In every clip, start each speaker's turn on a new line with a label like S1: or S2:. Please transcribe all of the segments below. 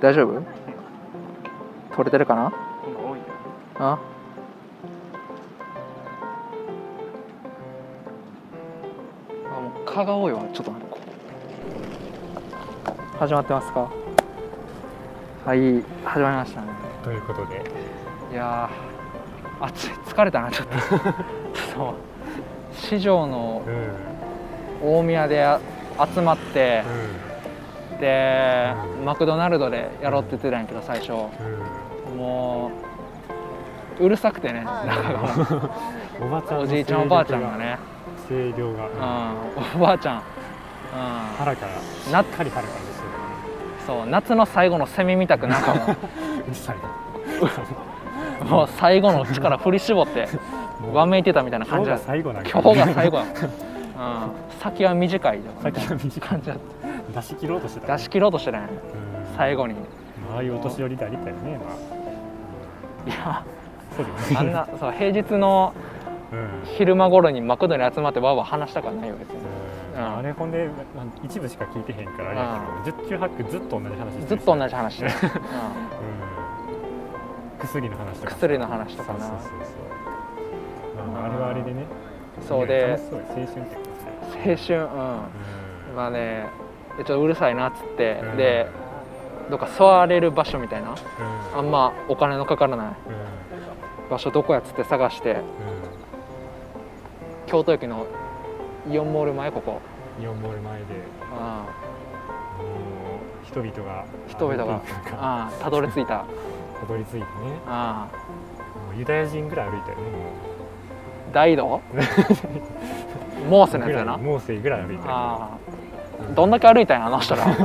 S1: 大丈夫取れてるかな
S2: 今多いよ
S1: ああもう蚊が多いわちょっと待ってこう始まってますかはい始まりましたね
S2: ということで
S1: いやー暑い疲れたなちょっ とちょっともう市場の
S2: うんうん
S1: 大宮であ集まってで
S2: うん
S1: マクドナルドでやろうって言ってたんやけど最初もううるさくてね中が もう
S2: うんおばちゃんの
S1: おじいちゃんおばあちゃんがね、
S2: 声量が、
S1: う
S2: うん
S1: ん、おばあちゃん、う
S2: 腹からし
S1: ん、な
S2: っかり腹からです
S1: そう夏の最後のセミみたくなんか
S2: よねうるさいな
S1: もうもう最後の力振り絞 って
S2: もう
S1: わめいてたみたいな
S2: 今
S1: 感
S2: 日
S1: じだ
S2: が
S1: った
S2: 最後なん
S1: 今日が
S2: 後
S1: 最後 やもん、うん、先は短いじゃん
S2: 先が短
S1: 感
S2: い
S1: じだっ
S2: 出し切ろうとして
S1: た
S2: た
S1: 出し切ろうとしてない
S2: うん
S1: 最後にい
S2: まあああいうお年寄りでありたいよねまあ
S1: や
S2: そうだよね
S1: あんなそう平日の
S2: うん
S1: 昼間頃にマクドに集まってわーわー話したくはないよ別に
S2: うんあれほんであの一部しか聞いてへんからあれやけど10球8ずっと同じ話してる
S1: ずっと同じ話して る、うん
S2: うん薬の話とか
S1: 薬の話とかな
S2: そうそうそうそう、まあ、あれはあれでね
S1: そうで
S2: 楽しそうよ青春って感じで
S1: 青春うんまあねえちょっとうるさいなっつって、
S2: うん
S1: でどっか座れる場所みたいな
S2: うん
S1: あんまお金のかからない
S2: うん
S1: 場所どこやっつって探して京都駅のイオンモール前ここ、
S2: うんイオンモール前で
S1: うん
S2: もう人々が
S1: 人々が
S2: 歩いていく中
S1: うんたどり着いた、
S2: たどり着いてね
S1: う、
S2: もうユダヤ人ぐらい歩いたよねもうん
S1: 大移 動モーセのやつやな
S2: モーセぐらい歩いてる
S1: ああどんだけ歩いたんやあの人ら
S2: めっ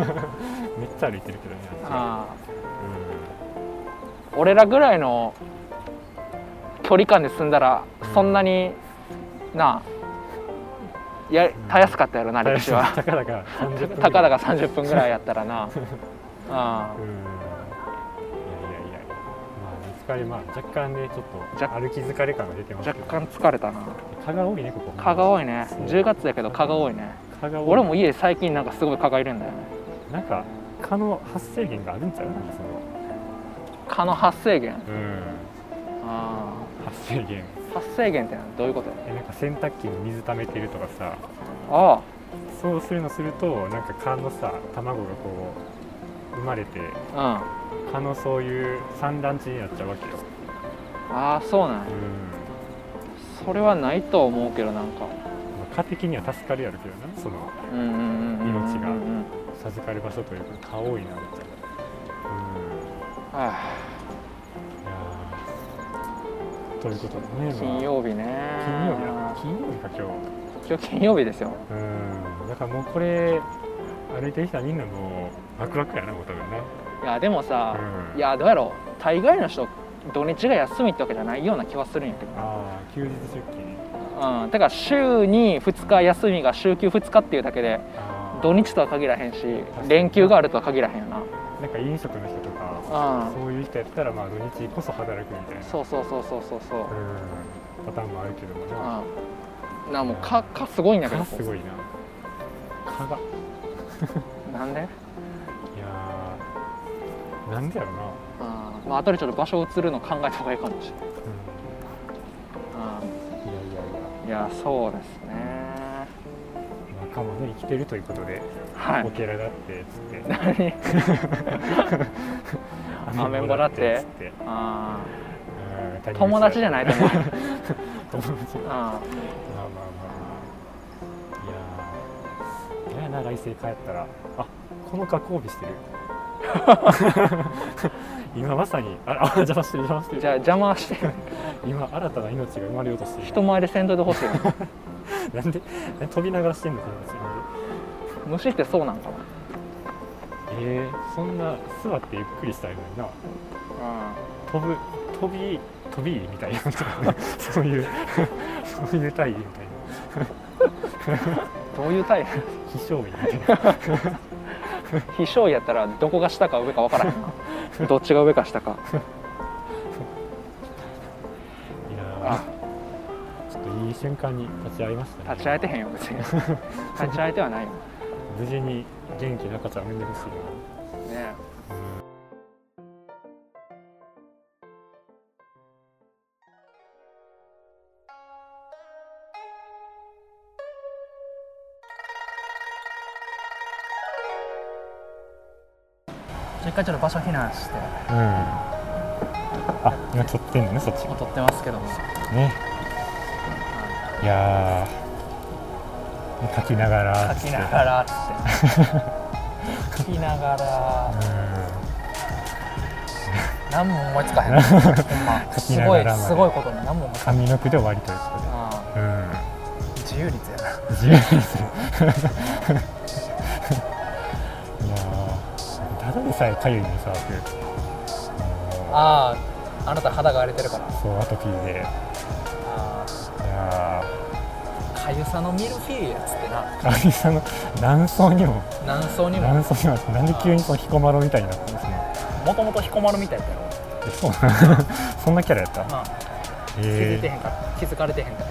S2: ちゃ歩いてるけどねあっ
S1: ああ
S2: ちう
S1: 俺らぐらいの距離感で住んだらそんなに、なあや
S2: ん
S1: たやすかったやろな、
S2: ん
S1: 歴史は
S2: たかだか30分ぐらい
S1: たかだか30分ぐらいやったら なあ
S2: うんいやいやいやまあ見つかりまあ若干ねちょっと
S1: 若
S2: 歩き疲れ感が出てます
S1: 若
S2: けど
S1: 干疲れたな
S2: 蚊が多いねここ
S1: 蚊が多いね
S2: そう
S1: 10月やけど蚊が多いね
S2: 蚊が多い
S1: 俺も家最近なんかすごい蚊がいるんだよね
S2: なんか蚊の発生源があるんちゃうなんかその
S1: 蚊の発生源
S2: うん
S1: あ
S2: 発生源
S1: あ発生源ってどういうことや
S2: えなんか洗濯機に水溜めてるとかさ
S1: あ
S2: そうするのするとなんか蚊のさ卵がこう生まれて
S1: あうん
S2: 蚊のそういう産卵地になっちゃうわけよ
S1: ああそうなんや
S2: うん
S1: それはないと思うけどなんか
S2: まあ蚊的には助かるやるけどなその
S1: うんうんうんうんうん
S2: 命が
S1: うんうん
S2: 授かる場所というか蚊多いなみたいなう
S1: あ
S2: んいやーということでね、まあ
S1: あ金曜日ね
S2: 金曜日だ金曜日か今
S1: 今日金曜日ですよ
S2: 日うんだからもうこれ歩いてきたみんなもうワクワクやなもう多分
S1: いやでもさ、
S2: な、うん、
S1: いやどうやろう大概の人土日が休みってわけじゃないような気はするんやけど
S2: ああ休日出勤
S1: うん、だから週に2日休みが週休2日っていうだけで
S2: あ
S1: 土日とは限らへんし
S2: かに
S1: 連休があるとは限らへんよ
S2: なんか飲食の人とか
S1: な、うん、
S2: そういう人やったらまあ土日こそ働くみたいな
S1: そうそうそうそうそうそう、
S2: うんパターンもあるけどもね
S1: うん、なもうかかすごいんやけど
S2: 蚊すごいな蚊が
S1: なんで、うん
S2: いやーなんでやろな、
S1: まあ後でちょっと場所移るの考えた方がいいかもしれない、
S2: うん、いやいやい
S1: う
S2: や、
S1: ん、いやそうですね
S2: まあ、蚊もね生きてるということで
S1: は
S2: オ
S1: い
S2: ケラだってっつって
S1: 何
S2: アメンボだってっつって
S1: あ
S2: うん谷口
S1: ー友達じゃ
S2: い
S1: ないと思う、
S2: 友達
S1: うん、
S2: まあ
S1: あ
S2: まあまあまあいやー嫌やな来世帰ったらあこの格好 びしてる今まさにああ邪魔してる邪魔して
S1: じゃあ
S2: る
S1: 邪魔して
S2: 今新たな命が生まれようとしてる
S1: 人前で先導でほしいわ
S2: なんでなんで飛びながらしてんのこの人
S1: 虫ってそうなんかな
S2: えー、そんな座ってゆっくりしたいのにな
S1: うん
S2: 飛ぶ飛び飛びみたいな そういうそういう体位みたいな
S1: どういうタイプ
S2: 飛翔位みたいな
S1: 飛翔位やったらどこが下か上か分からへん などっちが上か下か
S2: いや
S1: あ
S2: ーちょっといい瞬間に立ち会いましたね
S1: 立ち会えてへんよ別に立ち会えてはないよね
S2: 無事に元気な赤ちゃん産んでほしいな
S1: え一回ちょっと場所避難して
S2: うんあ今撮ってんのねそっち
S1: 撮ってますけども
S2: ねいやー書きながら
S1: 書きなが らって書きながら何も思いつかへんなほんま
S2: 書き
S1: す
S2: な
S1: ご
S2: が
S1: い
S2: らまです
S1: ごいことに何も思いつかへん
S2: 紙の句で終わりというこ
S1: あ
S2: とでうん
S1: ー自由率やな
S2: 自由ですねいやーただでさえかゆいのにさ
S1: あ
S2: あ
S1: ああなた肌が荒れてるから
S2: のそうアトピーでい
S1: あ
S2: や
S1: ーかゆさのミルフィーユやつってな
S2: ーかゆさの卵巣にも
S1: 何層にも
S2: 卵巣にもあってなんで急にその彦摩呂みたいになったんですね
S1: もともと彦摩呂みたいだろ、
S2: えそうなのそんなキャラやった、
S1: ま あ、気づい
S2: え
S1: てへんから気づかれてへんだけど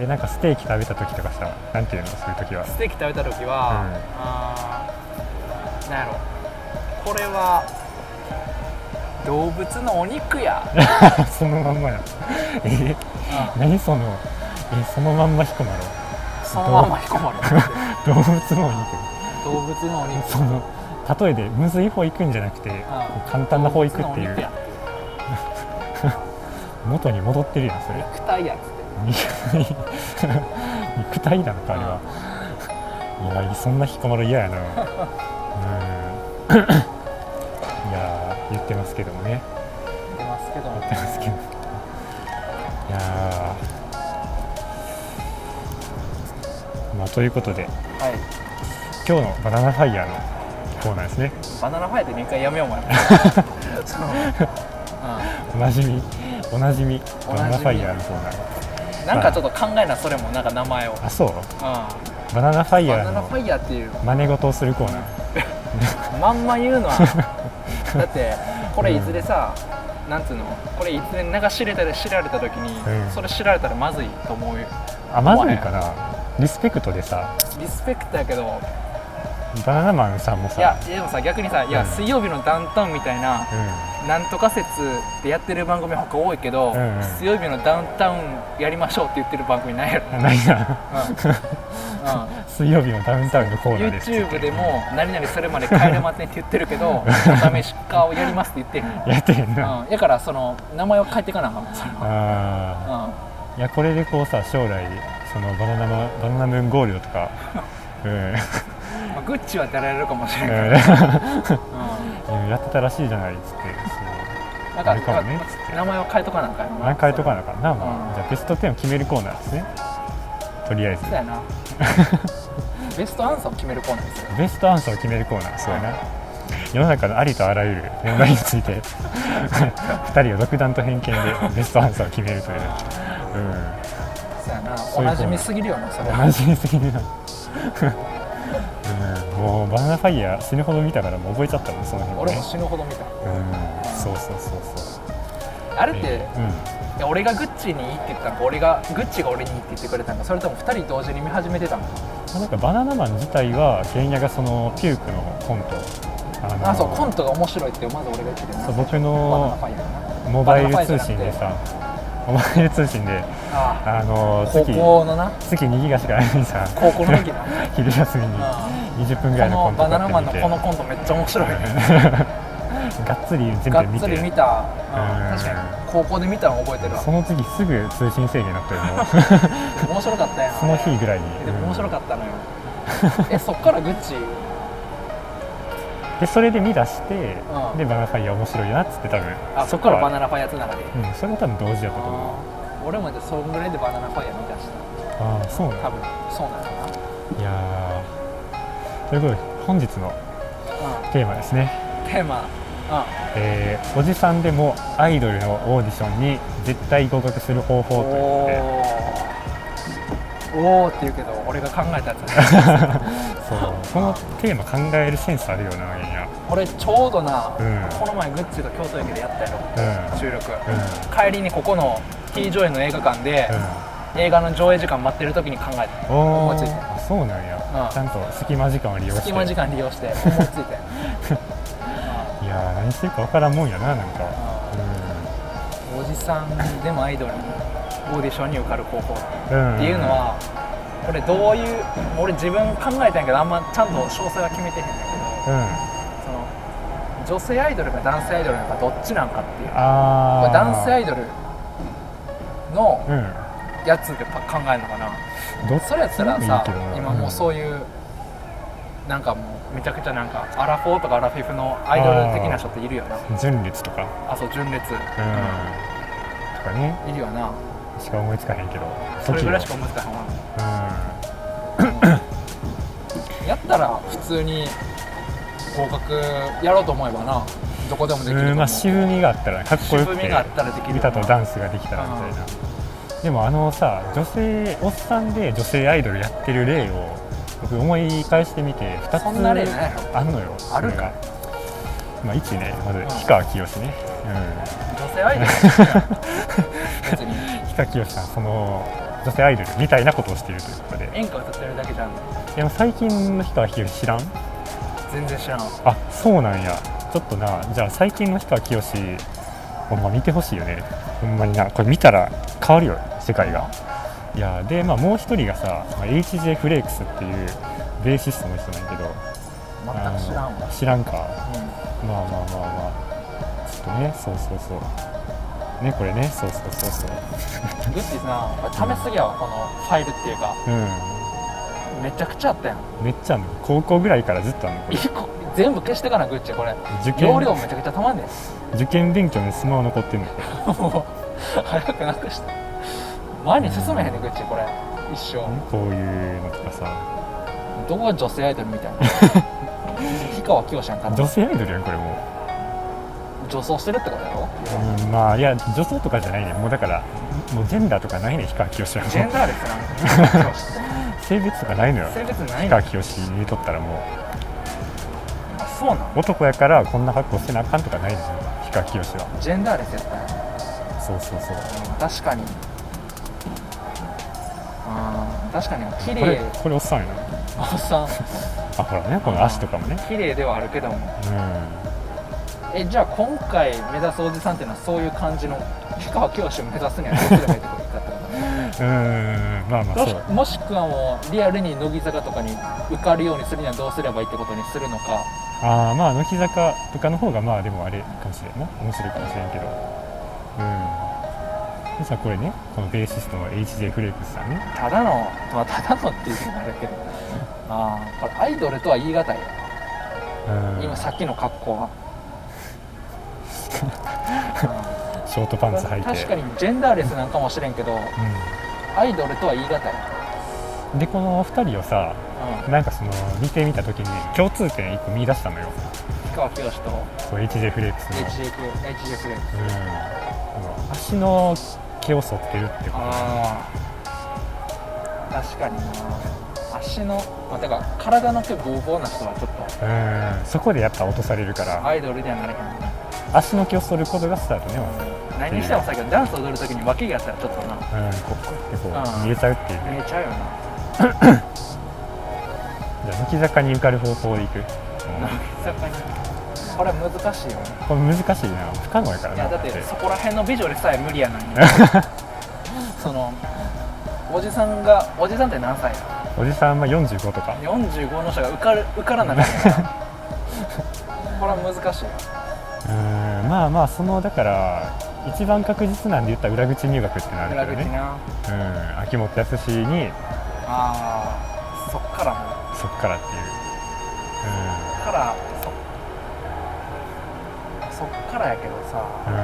S2: ーえなんかステーキ食べた時とかさなんていうのそういう時は
S1: ステーキ食べた時は、
S2: うん
S1: あーなんやろこれは動物のお肉 や、
S2: そのまんまや。え
S1: う
S2: 何その、えそのまんま彦摩呂。
S1: んそのまんま彦摩呂になってる
S2: 動物の
S1: 動物のお肉
S2: お 肉。その、例えでむずい方行くんじゃなくて、簡単な方行くってい
S1: 動物のお肉
S2: う
S1: や。
S2: 元に戻ってるやん、それ。
S1: 肉体やっつって
S2: 肉肉体なのか、あれは。いや、そんな彦摩呂嫌やな。うん。いやー、言ってますけどもね。
S1: 言ってますけど
S2: 言
S1: も
S2: ってますけど。いやー。まあ、ということで。
S1: はい
S2: 今日のバナナファイヤーのコーナーですね
S1: バナナファイヤーで一回やめようも んその、う
S2: おなじみおなじみバナナファイヤーのコーナー
S1: ん、なんかちょっと考えなそれもなんか名前を、うん、
S2: あそうバナナファイ
S1: バ
S2: ヤ
S1: ナ
S2: ー
S1: ナフ
S2: の
S1: ァイヤーっていう
S2: 真似事をするコーナー
S1: まんま言うのは だってこれいずれさ、なんつうのこれいずれ名が知れたら知られた時に、
S2: うん
S1: それ知られたらまずいと思うよ
S2: あまずいかなリスペクトでさ
S1: リスペクトやけど
S2: バナナマンさんも
S1: いや
S2: さ
S1: でもさ逆にさ「いや
S2: うん
S1: 水曜日のダウンタウン」みたいな、なんとか説でやってる番組他多いけど、
S2: うんうん
S1: 水曜日のダウンタウンやりましょうって言ってる番組 ないやろ、
S2: うんないな
S1: う
S2: 水曜日のダウンタウンのコー
S1: んう
S2: ナ
S1: ん、
S2: ーです
S1: YouTube でも「何々それまで帰れません」って言ってるけど「お試し化をやります」って言ってへん
S2: やってへんな、
S1: うん、やからその名前を変えていかなあかんもんそれは、
S2: あ
S1: うん
S2: ーいやこれでこうさ将来そのバナナマバナナムーンゴールド とかうん
S1: まあ、グッチは出られるかもしれないけど、
S2: う
S1: うん
S2: んやってたらしいじゃないっつってそう
S1: なんか
S2: あれかもね
S1: 名前を変えとかなんかよ
S2: 何回とかなあかんな、ま
S1: う
S2: あ、
S1: ん
S2: じゃあベスト10を決めるコーナーですねとりあえず
S1: そうや なベストアンサーを決めるコーナーですよ
S2: ベストアンサーを決めるコーナーそうやな世の中のありとあらゆる問題について 2人を独断と偏見でベストアンサーを決めるという、う
S1: そうやな
S2: う
S1: お
S2: いうコーナー
S1: なじみすぎるよなそれ
S2: ん、
S1: は
S2: 楽しみすぎるな、うん、もうバナナファイヤー死ぬほど見たからもう覚えちゃったもんその辺
S1: 俺
S2: ね
S1: も死ぬほど見た
S2: うんそうそうそうそう
S1: あれって、
S2: えー
S1: いや俺がグッチにいいって言ったのか俺がグッチが俺にいいって言ってくれたのかそれとも2人同時に見始めてたのか
S2: うん、なんかバナナマン自体は原野がそのピュークのコントあの
S1: あそうコントが面白いってまず俺が言ってたよ
S2: そう
S1: な
S2: 僕
S1: バナナ
S2: の
S1: ファイヤーな
S2: モバイル通信でさモバイル通信で
S1: あ
S2: あの
S1: あ高
S2: 月
S1: 校のな
S2: 月2ギガしかないのにさ
S1: 高校 の時な
S2: 昼休みに
S1: あ
S2: 20分ぐら
S1: こ
S2: い
S1: の
S2: のコント
S1: バナナマンの
S2: 撮って
S1: このコントめっちゃ面白い
S2: がっつり全
S1: が
S2: 部
S1: っ
S2: 見
S1: つ
S2: て
S1: り見た、うん
S2: うん
S1: 確かに高校で見たの覚えてるわ
S2: その次すぐ通信制限になったよもう
S1: 面白かったやん
S2: その日ぐらいに
S1: でも面白
S2: っ
S1: かったのよえそっからグッチ
S2: たでそれで見出してで
S1: う
S2: バ
S1: ん
S2: ナナファイヤー面白いなっつって多分
S1: あそっからバ
S2: ナ
S1: ナナファイヤーつながり
S2: うんそれ多分同時やったと思う
S1: あー俺もでそんぐらいでバナナファイヤー見出した
S2: ああそうなん
S1: 多分そうなのか
S2: いやーということで本日の
S1: な、
S2: テーマですね
S1: うん、テーマ、
S2: えーおじさんでもアイドルのオーディションに絶対合格する方
S1: うん、
S2: 法とい
S1: お
S2: うこ
S1: ーおーって言うけど俺が考えたやつ だ
S2: とでそうこのテーマ考えるセンスあるよなみんや
S1: 俺ちょうどな、
S2: うん
S1: この前グッチと京都駅でやったやろ
S2: うん
S1: 収録、
S2: うん
S1: 帰りにここの T 上映の映画館で、映画の上映時間待ってる時に考え
S2: うんお
S1: 思いつい
S2: ーあそうなんや
S1: うん
S2: ちゃんと隙間時間を利用
S1: た
S2: して
S1: 隙間時間利用して思いついて
S2: いやー何してるか分からんもんやななんか
S1: うんおじさんでもアイドルにオーディションに受かる方法っ
S2: うん
S1: ていうのはこれどういう俺自分考えたんやけどあんまちゃんと詳細は決めてへんねんだけ
S2: うん
S1: どその女性アイドルか男性アイドルかどっちなんかっていうこ
S2: あ
S1: れ
S2: あ
S1: 男性アイドルの
S2: うん
S1: やつでパ考えるのかな
S2: どっ
S1: それやったらさ
S2: いいけどな
S1: 今もうそういうなんかもうめちゃくちゃなんかアラフォーとかアラフィフのアイドル的な人っているよな
S2: 純烈とか
S1: あそう純烈、
S2: うん、とかね
S1: うんいるよな
S2: しか思いつかへんけど
S1: それぐらいしか
S2: 時
S1: 思いつかへんわ
S2: は
S1: やったら普通に合格やろうと思えばなどこでもでき
S2: うん
S1: ると
S2: う
S1: 思
S2: ん
S1: う、
S2: まあ渋みがあったらかっこよく
S1: 渋
S2: て
S1: みがあったらできる
S2: 歌とダ
S1: ン
S2: ンスができたらみたいなでもあのさ女性おっさんで女性アイドルやってる例を僕思い返してみて2つ
S1: そんな例ないの
S2: あんのよ
S1: あるか
S2: それがまあ1ねまず
S1: ん
S2: 氷川きよしね、
S1: 女性アイドルっていうのは別に
S2: うん、氷川きよしさんその女性アイドルみたいなことをしているということで
S1: 演歌歌ってるだけじゃん
S2: でも最近の氷川きよし知らん
S1: 全然知らん
S2: あそうなんやちょっとなじゃあ最近の氷川きよしほんま見てほしいよねほんまになこれ見たら変わるよ世界がいやでまあもう一人がさ、まあ HJ フレークスっていうベーシストの人なんやけど
S1: 全く知らん
S2: あ
S1: わ
S2: の知らんか
S1: う
S2: まあまあまあまあちょっとねそうそうそうねこれねそうそうそうそうん
S1: グッチーさんこれためすぎやわこのファイルっていうか
S2: う
S1: めちゃくちゃあったやん
S2: んめっちゃあんの高校ぐらいからずっとあんのこれ
S1: 一個全部消してかなグッチーこれ
S2: 受
S1: 容
S2: 験
S1: 量めちゃくちゃたまんねん
S2: 受験勉強のスマホ残ってんのこれ
S1: もう早くなくして前に進めへんねんグッチーこれ一生
S2: こういうのとかさ
S1: どこが女性アイドルみたい な氷川きよしやんかな
S2: 女性アイドルやんこれもう
S1: 女装してるってことやろ
S2: うん、まあいや女装とかじゃないねもうだからもうジェンダーとかないね氷川きよしはも
S1: ジェン
S2: う
S1: ダーレスなん
S2: 性別とかないのよ
S1: 性別ない
S2: 氷
S1: の
S2: 川きよしにとったらも
S1: あそうなの
S2: う男やからこんな格好してなあかんとかないでしょ氷川きよしは
S1: ジェンダーレスやったんや
S2: そうそうそう
S1: 確かにあー確かに綺
S2: これ
S1: 麗
S2: これおっさんやな
S1: おっさん
S2: あほらねこの足とかもね
S1: 綺麗ではあるけども
S2: うん
S1: えじゃあ今回目指すおじさんっていうのはそういう感じの氷川きよしを目指すにはどうすればいいってことかってこ
S2: うんまあま
S1: と
S2: あ
S1: も
S2: そ
S1: し
S2: う
S1: もしくはもうリアルに乃木坂とかに受かるようにするにはどうすればいいってことにするのか
S2: ああまあ乃木坂とかの方がまあでもあれかもしれんな面白いかもしれんけどうんでさこれねこのベーシストの HJ フレークスさんね
S1: ただのまあただのっていうのもあれだけどああこれアイドルとは言い難いよ
S2: うん
S1: 今さっきの格好は、うん
S2: ショートパンツ履いて
S1: 確かにジェンダーレスなんかもしれんけど
S2: うん
S1: アイドルとは言い難い、
S2: でこの2人をさ
S1: うん、
S2: なんかその見てみた時に共通点1個見出したのよ
S1: 氷川きよしと
S2: そう HJ フレックスの
S1: HJQ HJQ
S2: うんこの足の毛を剃ってるってこ
S1: ああ確かにな足のまあてか体の毛ボーボーな人はちょっ
S2: とうんそこでやっぱ落とされるか
S1: と
S2: ら
S1: アイドルにはなれへんな
S2: 足の毛を剃ることがスタートねま
S1: 何にしてもさっきダンス踊るときに脇があったらちょっとな
S2: ずうんここうやってこ
S1: あ
S2: う
S1: ー
S2: 見えちゃうっていうね
S1: 見えちゃうよな
S2: じゃあ乃木坂に受かる方法でいく、うん
S1: 乃木坂にこれは難しいよね
S2: これ難しいな不可能やから
S1: い
S2: な
S1: やだって
S2: だって
S1: そこら辺の美女でさえ無理やのに そのおじさんがおじさんって何歳や
S2: おじさんは45とか
S1: 45の人が受かる受からなか ったらこれは難しいよ
S2: うんまあまあそのだから一番確実なんで言ったら裏口入学ってなる
S1: 裏
S2: けど
S1: 口
S2: ね
S1: な
S2: うん、秋元康に
S1: ああそっからもう
S2: そっからっていう、
S1: そっからそそっからやけどさ
S2: うんう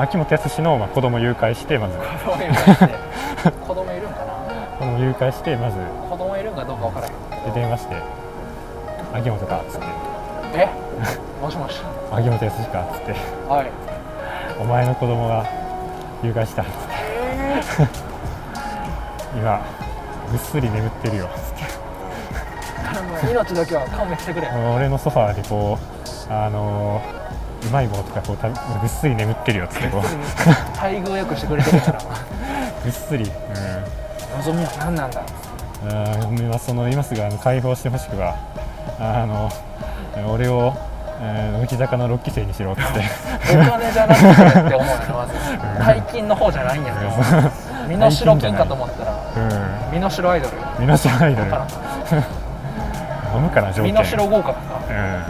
S2: ん、秋元康の、まあ、子供誘拐してまず
S1: 子供いるんかって子供いるんかな
S2: 子供誘拐してまず
S1: 子供いるんかどうか分からへん
S2: で電話して「秋元か」っつって
S1: えもしもし
S2: 「秋元康か」っつって
S1: はい
S2: 「お前の子供が誘拐した」っつって「今ぐっすり眠ってるよ」つって
S1: 頼む命だけは勘弁して くれ
S2: 俺のソファーでこうあのーうまい棒とかこうたぐっすり眠ってるよっつってこう
S1: 待遇よくしてくれてるから
S2: ぐっすり、うん、
S1: 望みは何なんだ
S2: あー今その今すぐあの解放してほしくばあの俺をえー乃木坂の6期生にしろって
S1: お金じゃなくてって思うよなま ず大金の方じゃないんやろ身の代金かと思ったら
S2: う
S1: 身の代アイドル
S2: ん身の代アイドル
S1: わか
S2: 飲むから条
S1: らん
S2: 件
S1: 身の代合格か
S2: うん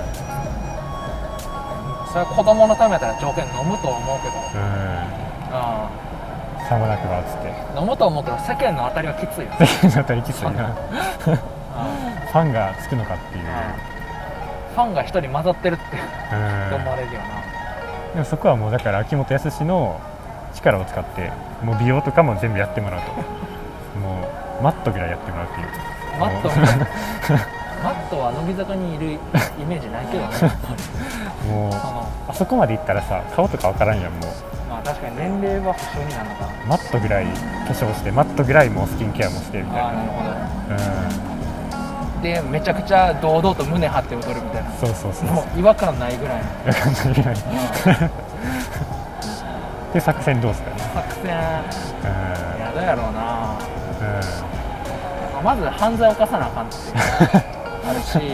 S1: それは子供のためだったら条件飲むとは思うけど、
S2: うん
S1: う
S2: さもなくばっつっ
S1: ん、飲むとは思うけど世間の当たりはきついよ、
S2: て全員の当たりきついな
S1: うん
S2: ファンがつくのかっていう
S1: ファンが一人混ざってるって
S2: うん
S1: 思われるよな、
S2: でもそこはもうだから秋元康の力を使ってもう美容とかも全部やってもらうともうマットぐらいやってもらうっていう
S1: マット
S2: も
S1: みたいなマットは乃木坂にいるイメージないけどね
S2: うもう
S1: その
S2: あそこまで行ったらさ顔とかわからんやんもう
S1: まあ確かに年齢は不詳になるのか
S2: マットぐらい化粧してマットぐらいもうスキンケアもしてみた
S1: ああな
S2: いな
S1: るほ
S2: う
S1: どでめちゃくちゃ堂々と胸張って踊るみたいなん
S2: そうそうそうそう
S1: もう違和感ないぐらいの
S2: わかんないぐらいで作戦どうすかね
S1: 作戦
S2: うん
S1: やだやろうな
S2: うん
S1: まあまず犯罪を犯さなあかんってい うあるしで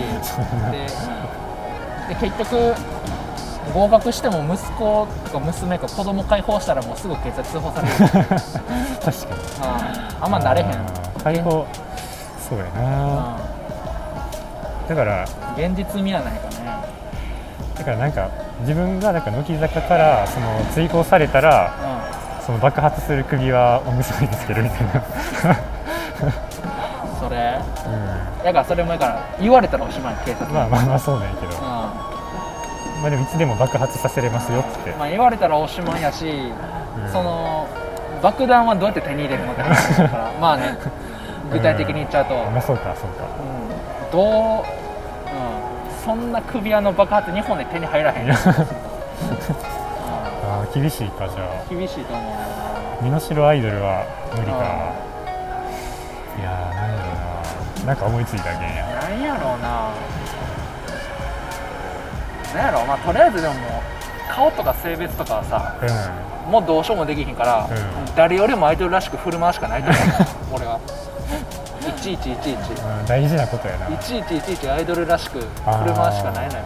S1: で結局合格しても息子とか娘か子供解放したらもうすぐ警察通報さ れる、うん
S2: 確かに
S1: あんまなれへん、うん
S2: 最後そうやなだから
S1: 現実味はないかね
S2: だからなんか自分がなんか乃木坂からその追放されたらその爆発する首はおむすびにつけるみたい な、
S1: うんそれ
S2: うん、
S1: やからそれもやから言われたらおしまい警察に、
S2: まあまあまあそうなんやけど、
S1: う
S2: まあ、でもいつでも爆発させれますよっつって、
S1: んまあ、言われたらおしまいやし、
S2: うん
S1: その爆弾はどうやって手に入れるのって話だから まあね具体的に言っちゃうと、
S2: まあそうかそうか
S1: うんどう、うん、そんな首輪の爆発2本で手に入らへんよ、
S2: あー厳しいかじゃ
S1: うん厳しいと思う
S2: あ身代アイドルは無理かいやーなんだろうななんか思いついたけんや
S1: なんやろうななんやろうまあとりあえずでももう顔とか性別とかはさ
S2: うん
S1: もうどうしようもできひんから、
S2: うん
S1: 誰よりもアイドルらしく振る舞うしかない と思う俺はいちいちいちいち
S2: うん大事なことやない
S1: ちいちいちいちアイドルらしく振る舞うしかないのよ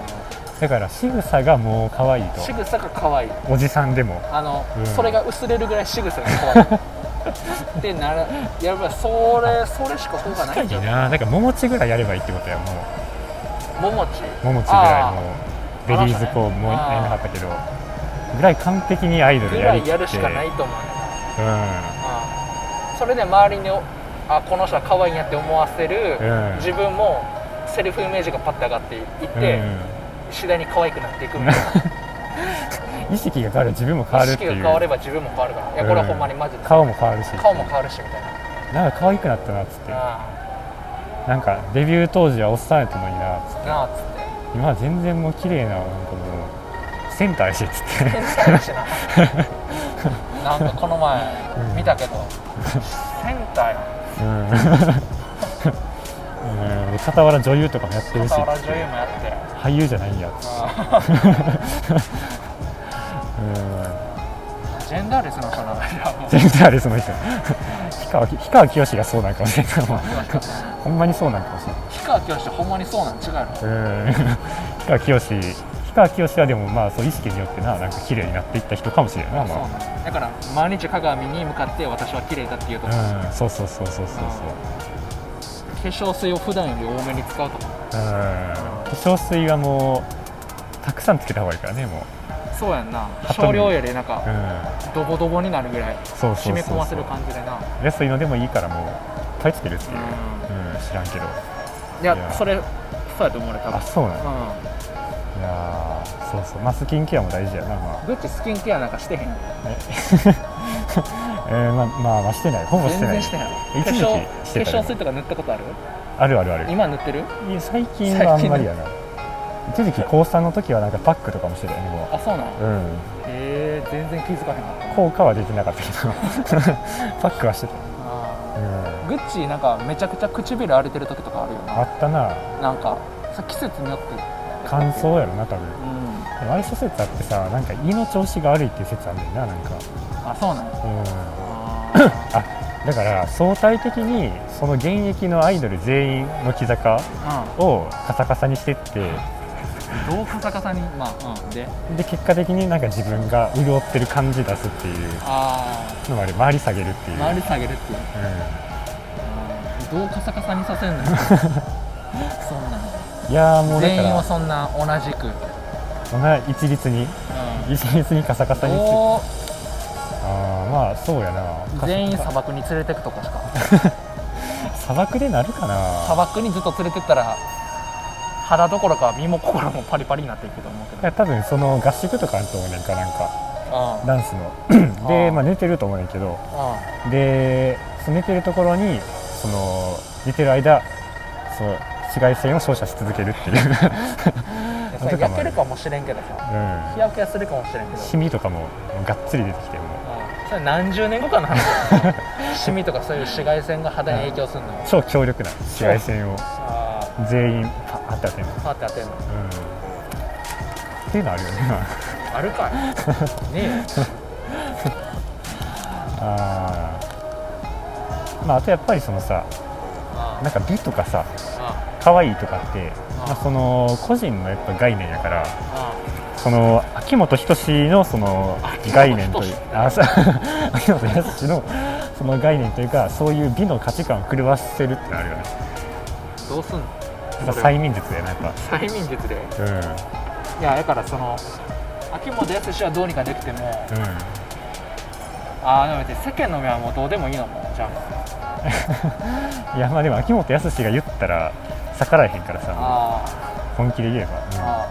S2: だから仕草がもう可愛い
S1: 仕
S2: と
S1: 草が可愛い
S2: おじさんでも
S1: あの、
S2: うん
S1: それが薄れるぐらい仕草が 怖いってならやっぱりそれそれしか効果ないん
S2: い
S1: じ
S2: い
S1: ゃん
S2: ななんか桃地ぐらいやればいいってことやもう
S1: ももち
S2: 桃地ぐらいもうベリーズこうもうや
S1: あー
S2: らなかったけどぐらい完璧にアイドル
S1: ぐ
S2: や
S1: ら
S2: りきっ
S1: いや
S2: て
S1: るしかないと思うね、
S2: う
S1: うん、それで周りにあこの人は可愛いんやって思わせる、
S2: うん
S1: 自分もセルフイメージがパッて上がっていっ
S2: ん、
S1: て、次第に可愛くなっていくみたいな
S2: うん、意識が変わる自分も 変わ
S1: 意
S2: るって
S1: 識
S2: いう
S1: が変われば自分も変わるからいやこれはほんまにマジで、
S2: 顔も変わるし
S1: 顔も変わるしみたいな
S2: なんか可愛くなったなっつって
S1: あ
S2: なんかデビュー当時はおっさんやったのになっつっ
S1: あ
S2: て
S1: なあっつっ
S2: 今は全然もう綺麗ななんかもうセンターやしっつって
S1: て変態だしななんかこの前見た けど、センターやん
S2: うん、うん、傍ら女優とかもやってるし
S1: 傍ら女優もやって
S2: 俳優じゃないんやっつって
S1: あ
S2: うん
S1: ージェンダーレスの人なんだよもう
S2: 全然あれその人氷川き氷川きよしがそうなんかもしれんないほんまにそうなんかもしれない
S1: 氷川きよしってほんまにそうなん違うやろ
S2: うん氷川きよし氷川きよしはでもまあそう意識によってななんか綺麗になっていった人かもしれないな、
S1: そうな
S2: ま
S1: んだから毎日鏡に向かって私は綺麗だって言うとか、
S2: あ、うんそうそうそうそうそうそう
S1: 化粧水を普段より多めに使うとか
S2: うん化粧水はもうたくさんつけた方がいいからねも
S1: そうやんな
S2: 頭に
S1: 少量よりなん
S2: うう
S1: か
S2: ん
S1: ドボドボになるぐらい
S2: そうそ
S1: 締
S2: う
S1: め
S2: そ
S1: 込
S2: う
S1: ま
S2: そ
S1: せ
S2: う
S1: る感じでな
S2: 安いのでもいいからもういっぱいつけるっていう、
S1: う
S2: うん、知らんけど
S1: い
S2: い
S1: や
S2: や
S1: それそうやと思うね多
S2: あ
S1: 分
S2: そうなんや
S1: う
S2: いやーそうそうまあスキンケアも大事やなまあ
S1: んグッチスキンケアなんかしてへん
S2: えー、ままあまあしてないほぼし
S1: 全
S2: てない
S1: 然してへん化
S2: 一時期
S1: 粧
S2: してた
S1: 化
S2: よ
S1: 粧水とか塗ったことある
S2: あるあるある
S1: 今塗ってる
S2: いや最近はあんまりやな一時期高3の時はなんかパックとかもしてたよねも
S1: あそうなん
S2: ううん
S1: へえ全然気づかへんかった
S2: 効果はできなかったけ どパックはしてた、
S1: あ
S2: うん、
S1: ーグッチなんかめちゃくちゃ唇荒れてる時とかあるよ
S2: あ
S1: な
S2: ったな
S1: なんかさ季節によって
S2: 乾燥やろな多分
S1: うん
S2: でもあれ諸説あってさなんか胃の調子が悪いっていう説あんねんななんか
S1: あそうなんや
S2: うん
S1: あー
S2: だから相対的にその現役のアイドル全員の木坂をカサカサにしてって
S1: うんどうカサカサにまあうんで
S2: で結果的になんか自分が潤ってる感じ出すっていう
S1: あ
S2: のもある周り下げるってい
S1: あ
S2: う、
S1: 周り下げるっていうあーどうカサカサにさせ んのそんな
S2: うん、いやーも
S1: の
S2: うだか
S1: 全員を
S2: ら
S1: そんな同じく
S2: そんな一律に一律にカサカサにつあ
S1: も
S2: あまあそうやな
S1: う全員
S2: カサ
S1: 砂漠に連れてくとこしか
S2: 砂漠でなるかな
S1: 砂漠にずっと連れてったら肌どころか身も心もパリパリになっていくと思うけ
S2: いや
S1: ど
S2: 多分その合宿とかあると思うねんかなんかダンスので
S1: あー
S2: まあ寝てると思うねんけど
S1: う
S2: でその寝てるところにその寝てる間その紫外線を照射し続けるっていう、うん
S1: んで
S2: あ
S1: さ
S2: とか
S1: 焼
S2: もある
S1: けるかもしれんけどさ日焼けはするかもしれんけど
S2: シミとかももうがっつり出てきても
S1: それ何十年後かの話だよ シミとかそういう紫外線が肌に影響するのよ
S2: う超強力な紫外線を
S1: あ
S2: 全員パーって当てる、
S1: あパーって当てるの
S2: うん、っていうのあるよね
S1: ある かいね
S2: あーまああとやっぱりそのさ
S1: えあ
S2: なんか美とかさ
S1: あ
S2: 可愛いとかって、まあ、
S1: あ
S2: その個人のやっぱ概念やから
S1: あ
S2: その秋元仁のその
S1: 秋元
S2: 概念という
S1: 仁
S2: あそう 秋元康のその概念というかそういう美の価値観を狂わせるってのあるよね
S1: どうすんの
S2: やっぱ催眠術だよねやっぱ
S1: 催眠術で
S2: う
S1: いやだからその秋元康はどうにかできても
S2: んうん
S1: ああでも別に世間の目はもうどうでもいいのもうじゃあ
S2: いやまあでも秋元康が言ったら逆らえへんからさ
S1: あ
S2: 本気で言えば、うん、
S1: あ
S2: だ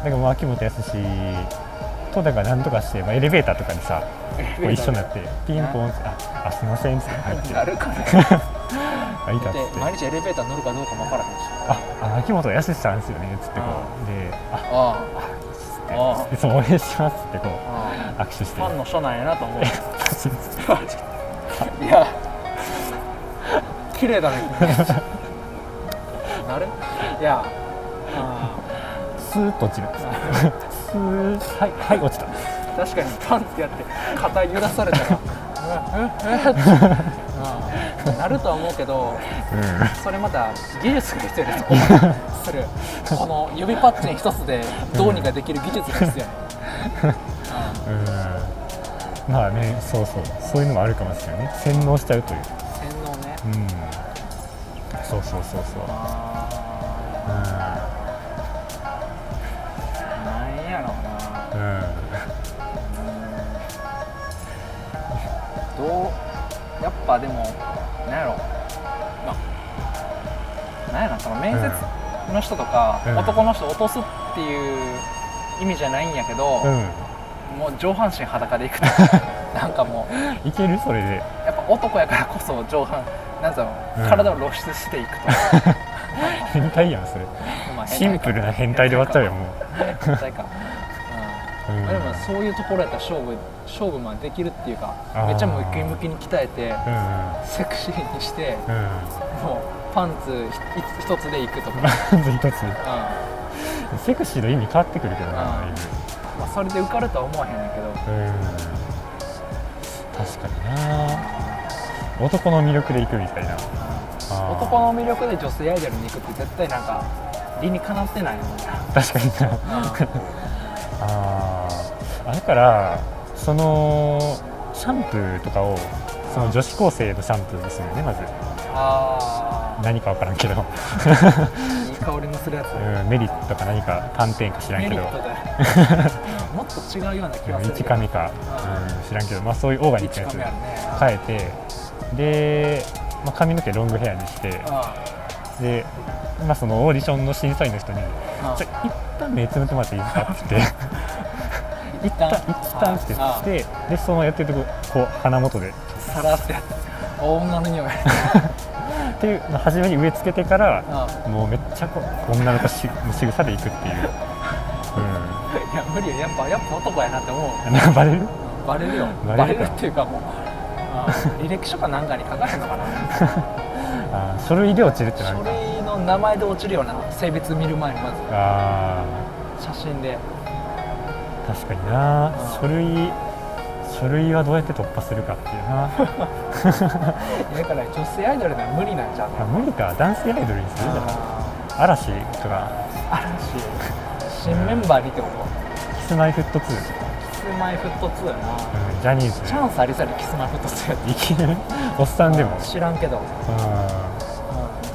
S1: あ
S2: からもう秋元康とだから何とかして、まあ、エレベーターとかに
S1: あ
S2: さこう一緒になってピンポンってああすいませんっつって入って
S1: なる かな
S2: あいたっつっ
S1: で
S2: て
S1: 毎日エレベーター乗るかどうかも分からへんし
S2: ああの秋元康さんですよねっつってこうであ
S1: ああ
S2: いつも応援しますってこう
S1: あ
S2: 握手して
S1: ファンの人なんやなと思う
S2: い
S1: いや綺麗だね 君なるいやあ
S2: スーッと落ちるスーッ はいはい落ちた
S1: あ確かにパンってやって肩揺らされたらうわうわうわってああなるとは思うけど
S2: う
S1: それまた技術が必要ですここまでするこの指パッチン一つでどうにかできる技術が必要やね
S2: んうんまあねそうそうそういうのもあるかもしれないね洗脳しちゃうという
S1: 洗脳ね
S2: うんそうそうそうそう
S1: あ
S2: う
S1: あなんやろうなん
S2: うん
S1: どうやっぱでもなんやろまあなんやろその面接の人とか、
S2: うん
S1: 男の人落とすっていう意味じゃないんやけど、
S2: う
S1: もう上半身裸で行くと なんかもうん
S2: いけるそれで
S1: やっぱ男やからこそ上半なんつうの、
S2: うん
S1: 体を露出していくと
S2: 変態やんそれ
S1: まあ
S2: シンプルな変態で終わっちゃうよもう
S1: 変態か、
S2: う
S1: うんん、でもそういうところやったら勝負勝負までできるっていうか
S2: あー
S1: めっちゃムキムキに鍛えて
S2: うん
S1: セクシーにして
S2: う
S1: もうパンツひ一つで行くと か、
S2: んうんまず一
S1: うんま
S2: つセクシーの意味変わってくるけどな
S1: うん
S2: だいぶ
S1: あ、それで受かるとは思わへんねんけど
S2: うん確かにな男の魅力で行くみたいなあー
S1: 男の魅力で女性アイドルに行くって絶対なんか理にかなってないもんな、
S2: 確かになあーあだからそのシャンプーとかをその女子高生のシャンプーですよねまず
S1: あ
S2: 何か分からんけど、
S1: ーいい香りのするやつ、
S2: うん、メリットか何か探点か知らん
S1: メ
S2: け
S1: リ
S2: ど
S1: ットだよもっと違うような気がする
S2: 1
S1: けど
S2: カメか、うん、知らんけど、まあ、そういうオーガニック
S1: 一
S2: なやつ
S1: カメあるね
S2: 変えてで、まあ、髪の毛ロングヘアにして
S1: あ
S2: で、まあ、そのオーディションの審査員の人に
S1: あ
S2: じゃあ一旦目つぶってもらっていいですかって言って
S1: 一旦
S2: 一旦って言
S1: あ
S2: ってでそのやってるとここう鼻元でっ
S1: あさらってやつ女の匂い
S2: ていうの初めに植え付けてから
S1: あ
S2: もうめっちゃこう女の子し仕草でいくっていう、
S1: あいや無理よやっぱやっぱ男やなって思う
S2: うん、なんかバレる
S1: バレるよ
S2: バレるか
S1: バレるっていうかもうああ履歴書かなんかに書かへんのかな
S2: あー書類で落ちるってな
S1: 書
S2: るか
S1: 類の名前で落ちるような性別見る前にま
S2: あ
S1: ず写真で
S2: ー確かにな書類書類はどうやって突破するかっていう な
S1: だから女性アイドルなら無理なんじゃう
S2: あ無理か男性アイドルにするんだな
S1: あ
S2: 嵐とか
S1: ー嵐新メンバーにってこと
S2: キスマイフットツー
S1: キスマイフット2やな
S2: うん、ジャニー
S1: チ
S2: ズ
S1: ャンスありそうやでキスマイフット2やっ
S2: いきなりおっさんでも
S1: た知らんけど、うん
S2: うん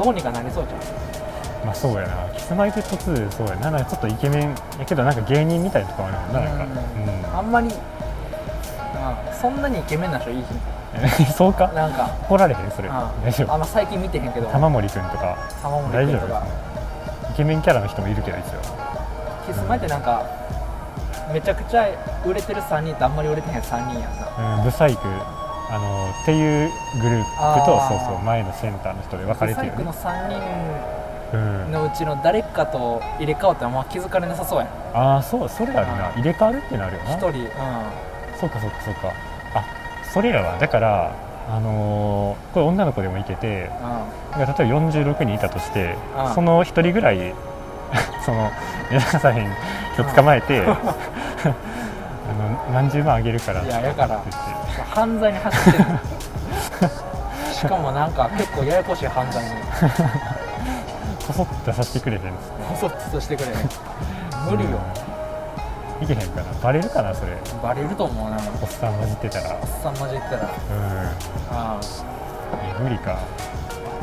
S1: どうにかなりそうじゃん
S2: まあそうやなキスマイペット2そうやななんかちょっとイケメンやけどなんか芸人みたいなとこあるもんななんか
S1: あんまり、まあ、そんなにイケメンな人いいひん
S2: うん そうか
S1: なんか
S2: 怒られへんそれ
S1: あ
S2: 大丈
S1: あん
S2: 夫
S1: ま最近見てへんけど
S2: 玉森くんとか
S1: 玉森
S2: 大
S1: 君
S2: 丈
S1: とか
S2: 夫イケメンキャラの人もいるけど一応
S1: キスマイってなんかめちゃくちゃ売れてる3人とあんまり売れてへん3人やんな
S2: うんブサイクあのっていうグループと
S1: あ
S2: そう
S1: ー
S2: そう前のセンターの人で分かれてるよ
S1: ブサイクの
S2: ね
S1: 3
S2: うん
S1: 人のうちの誰かと入れ替わってもあんま気づかれなさそうやん
S2: ああそうそれあるな
S1: うん
S2: 入れ替わるってなるよな
S1: 1人うん
S2: そうかそうかそうかあそれらはだからあのーこれ女の子でもいけて
S1: う
S2: だから例えば46人いたとして
S1: ああ
S2: その1人ぐらい その目指さへん人捕まえて あの何十万あげるから
S1: んいややから
S2: って言って
S1: 犯罪に走 ってるしかもなんか結構ややこしい犯罪に
S2: こそっと出させてくれへんっつって
S1: 細っつとしてくれ無理よ
S2: うんいけへんかなバレるかなそれ
S1: バレると思うなおっ
S2: おっさん混じってたらうん
S1: さん混じったらああ
S2: え無理か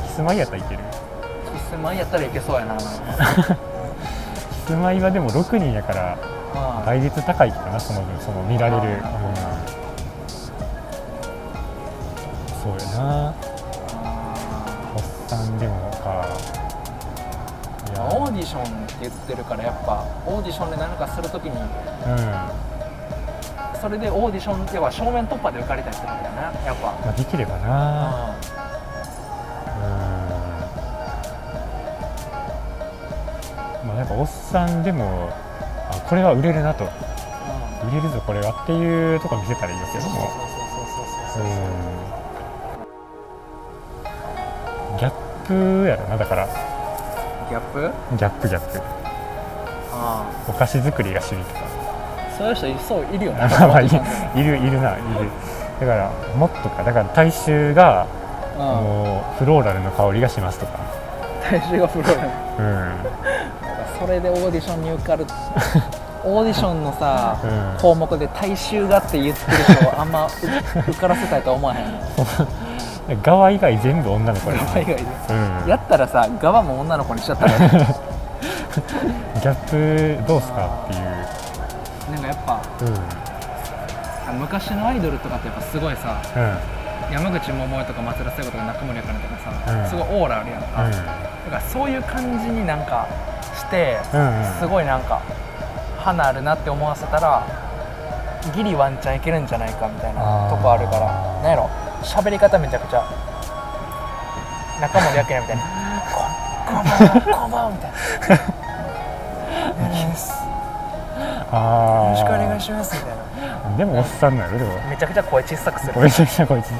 S2: キスマイやったらいける
S1: 1000万やったらいけそうやな
S2: キスマイはでも6人やから
S1: あ
S2: 倍率高いけどなその分その見られる、うん
S1: あ
S2: そうやな
S1: あ
S2: おっさんでもかい
S1: まあオーディションって言ってるからやっぱオーディションで何かするときに
S2: うんま
S1: それでオーディションでは正面突破で受かれたりするんだよなやっぱ
S2: あ、できればな
S1: あ
S2: うんまあやっぱおっさんでもあこれは売れるなと
S1: あ
S2: 売れるぞこれはっていうとこ見せたらいいですけ
S1: そう
S2: ど
S1: そうそうそ
S2: も
S1: うそうそうそう
S2: ギャップやろなだから
S1: ギャップ
S2: ギャップギャップ
S1: あ
S2: お菓子作りが趣味とか
S1: あ そういう人いそういるよね
S2: まあまあい
S1: うん
S2: るいるいるないるだからもっとかだから大衆がもうフローラルの香りがしますとか
S1: 体重がフローラル
S2: うん
S1: それでオーディションに受かる オーディションのさ
S2: うん
S1: 項目で大衆がって言ってる人はあ んまう受からせたいとは思わへん
S2: 側以外全部女の子や
S1: 側以外で
S2: うん
S1: やったらさ側も女の子にしちゃったらね
S2: ギャップどうすかってい
S1: なんかやっぱ
S2: ううん
S1: 昔のアイドルとかってやっぱすごいさ
S2: うん
S1: 山口百恵とか松田聖子とか中森明菜とかさ、
S2: うん
S1: すごいオーラあるやんか、だからそういう感じになんかして
S2: うんうん
S1: すごいなんか花あるなって思わせたらギリワンチャンいけるんじゃないかみたいな
S2: あ
S1: と
S2: ー
S1: こあるからなんやろ喋り方めちゃくちゃ中森明菜みたいな「ここんばんはこんばんは」みたいな「よ
S2: ああ
S1: ろしくお願いします」みたいな
S2: でもおっさんなるでも
S1: めちゃくちゃ声小さくす
S2: こ
S1: る
S2: れめちゃくちゃこいつ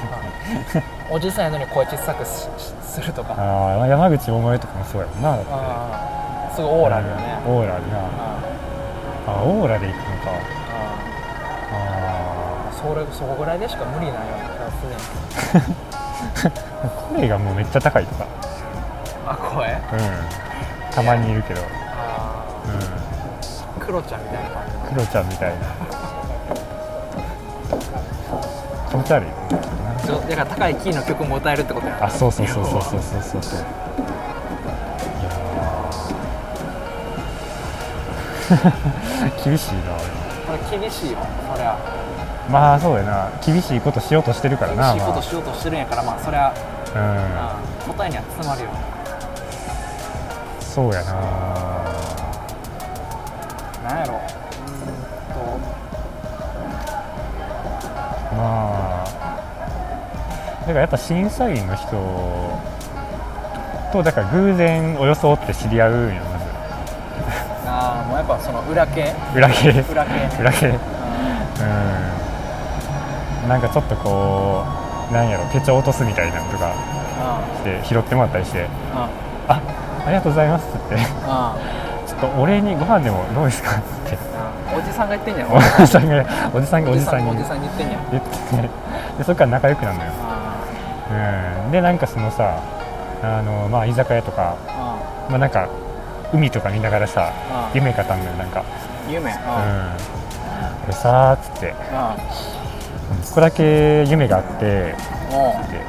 S1: おじさんやのに声小さくししするとか
S2: ああ山口百恵とかもそうやもんなだって
S1: あーすごいオーラあるよね
S2: うんオーラあるな
S1: あー
S2: あオーラで行くのか
S1: あ
S2: あ
S1: ーそれそこぐらいでしか無理なんような気がするねん
S2: あ声がもうめっちゃ高いとか
S1: あ声
S2: うんたまにいるけど、うん、
S1: あークロちゃんみたいな感じ
S2: クロちゃんみたいな気持ち悪いよね
S1: そうだから高いキーの曲も歌えるってことや
S2: あそうそうそうそうそうそうそうそういやー 厳しいな
S1: これ厳しいよそりゃ
S2: 俺まあそうやな厳しいことしようとしてるから
S1: 厳
S2: な
S1: しいことしようとしてるんやからまあそりゃ、
S2: まあ、うん
S1: あー答えには詰まるよ
S2: そうやな
S1: なんやろうーんと
S2: まあだからやっぱ審査員の人とだから偶然およそって知り合うんよまず
S1: あーもうやっぱその裏系
S2: 裏切れ
S1: 裏系
S2: 裏切れうん
S1: あ
S2: なんかちょっとこうなんやろ手帳落とすみたいなのとか
S1: ーあ
S2: して拾ってもらったりして
S1: ーあ
S2: 「あありがとうございます」って言って
S1: ーあ
S2: 「ちょっとお礼にご飯でもどうですか?」って
S1: ーあーおじさんが言ってんねや
S2: おじさんがおじさんがおじさん
S1: お
S2: に
S1: じさんに言ってんねや
S2: 言ってでそっから仲良くなるのよ
S1: あ
S2: うん、でなんかそのさあの、まあ、居酒屋とか、
S1: ーあ
S2: まあ、なんか海とか見ながらさ
S1: あ
S2: 夢語んのよなんか
S1: ー夢
S2: 「う
S1: あ
S2: ん、俺さ」っつって
S1: ーあ
S2: 「ここだけ夢があって」
S1: ーも
S2: って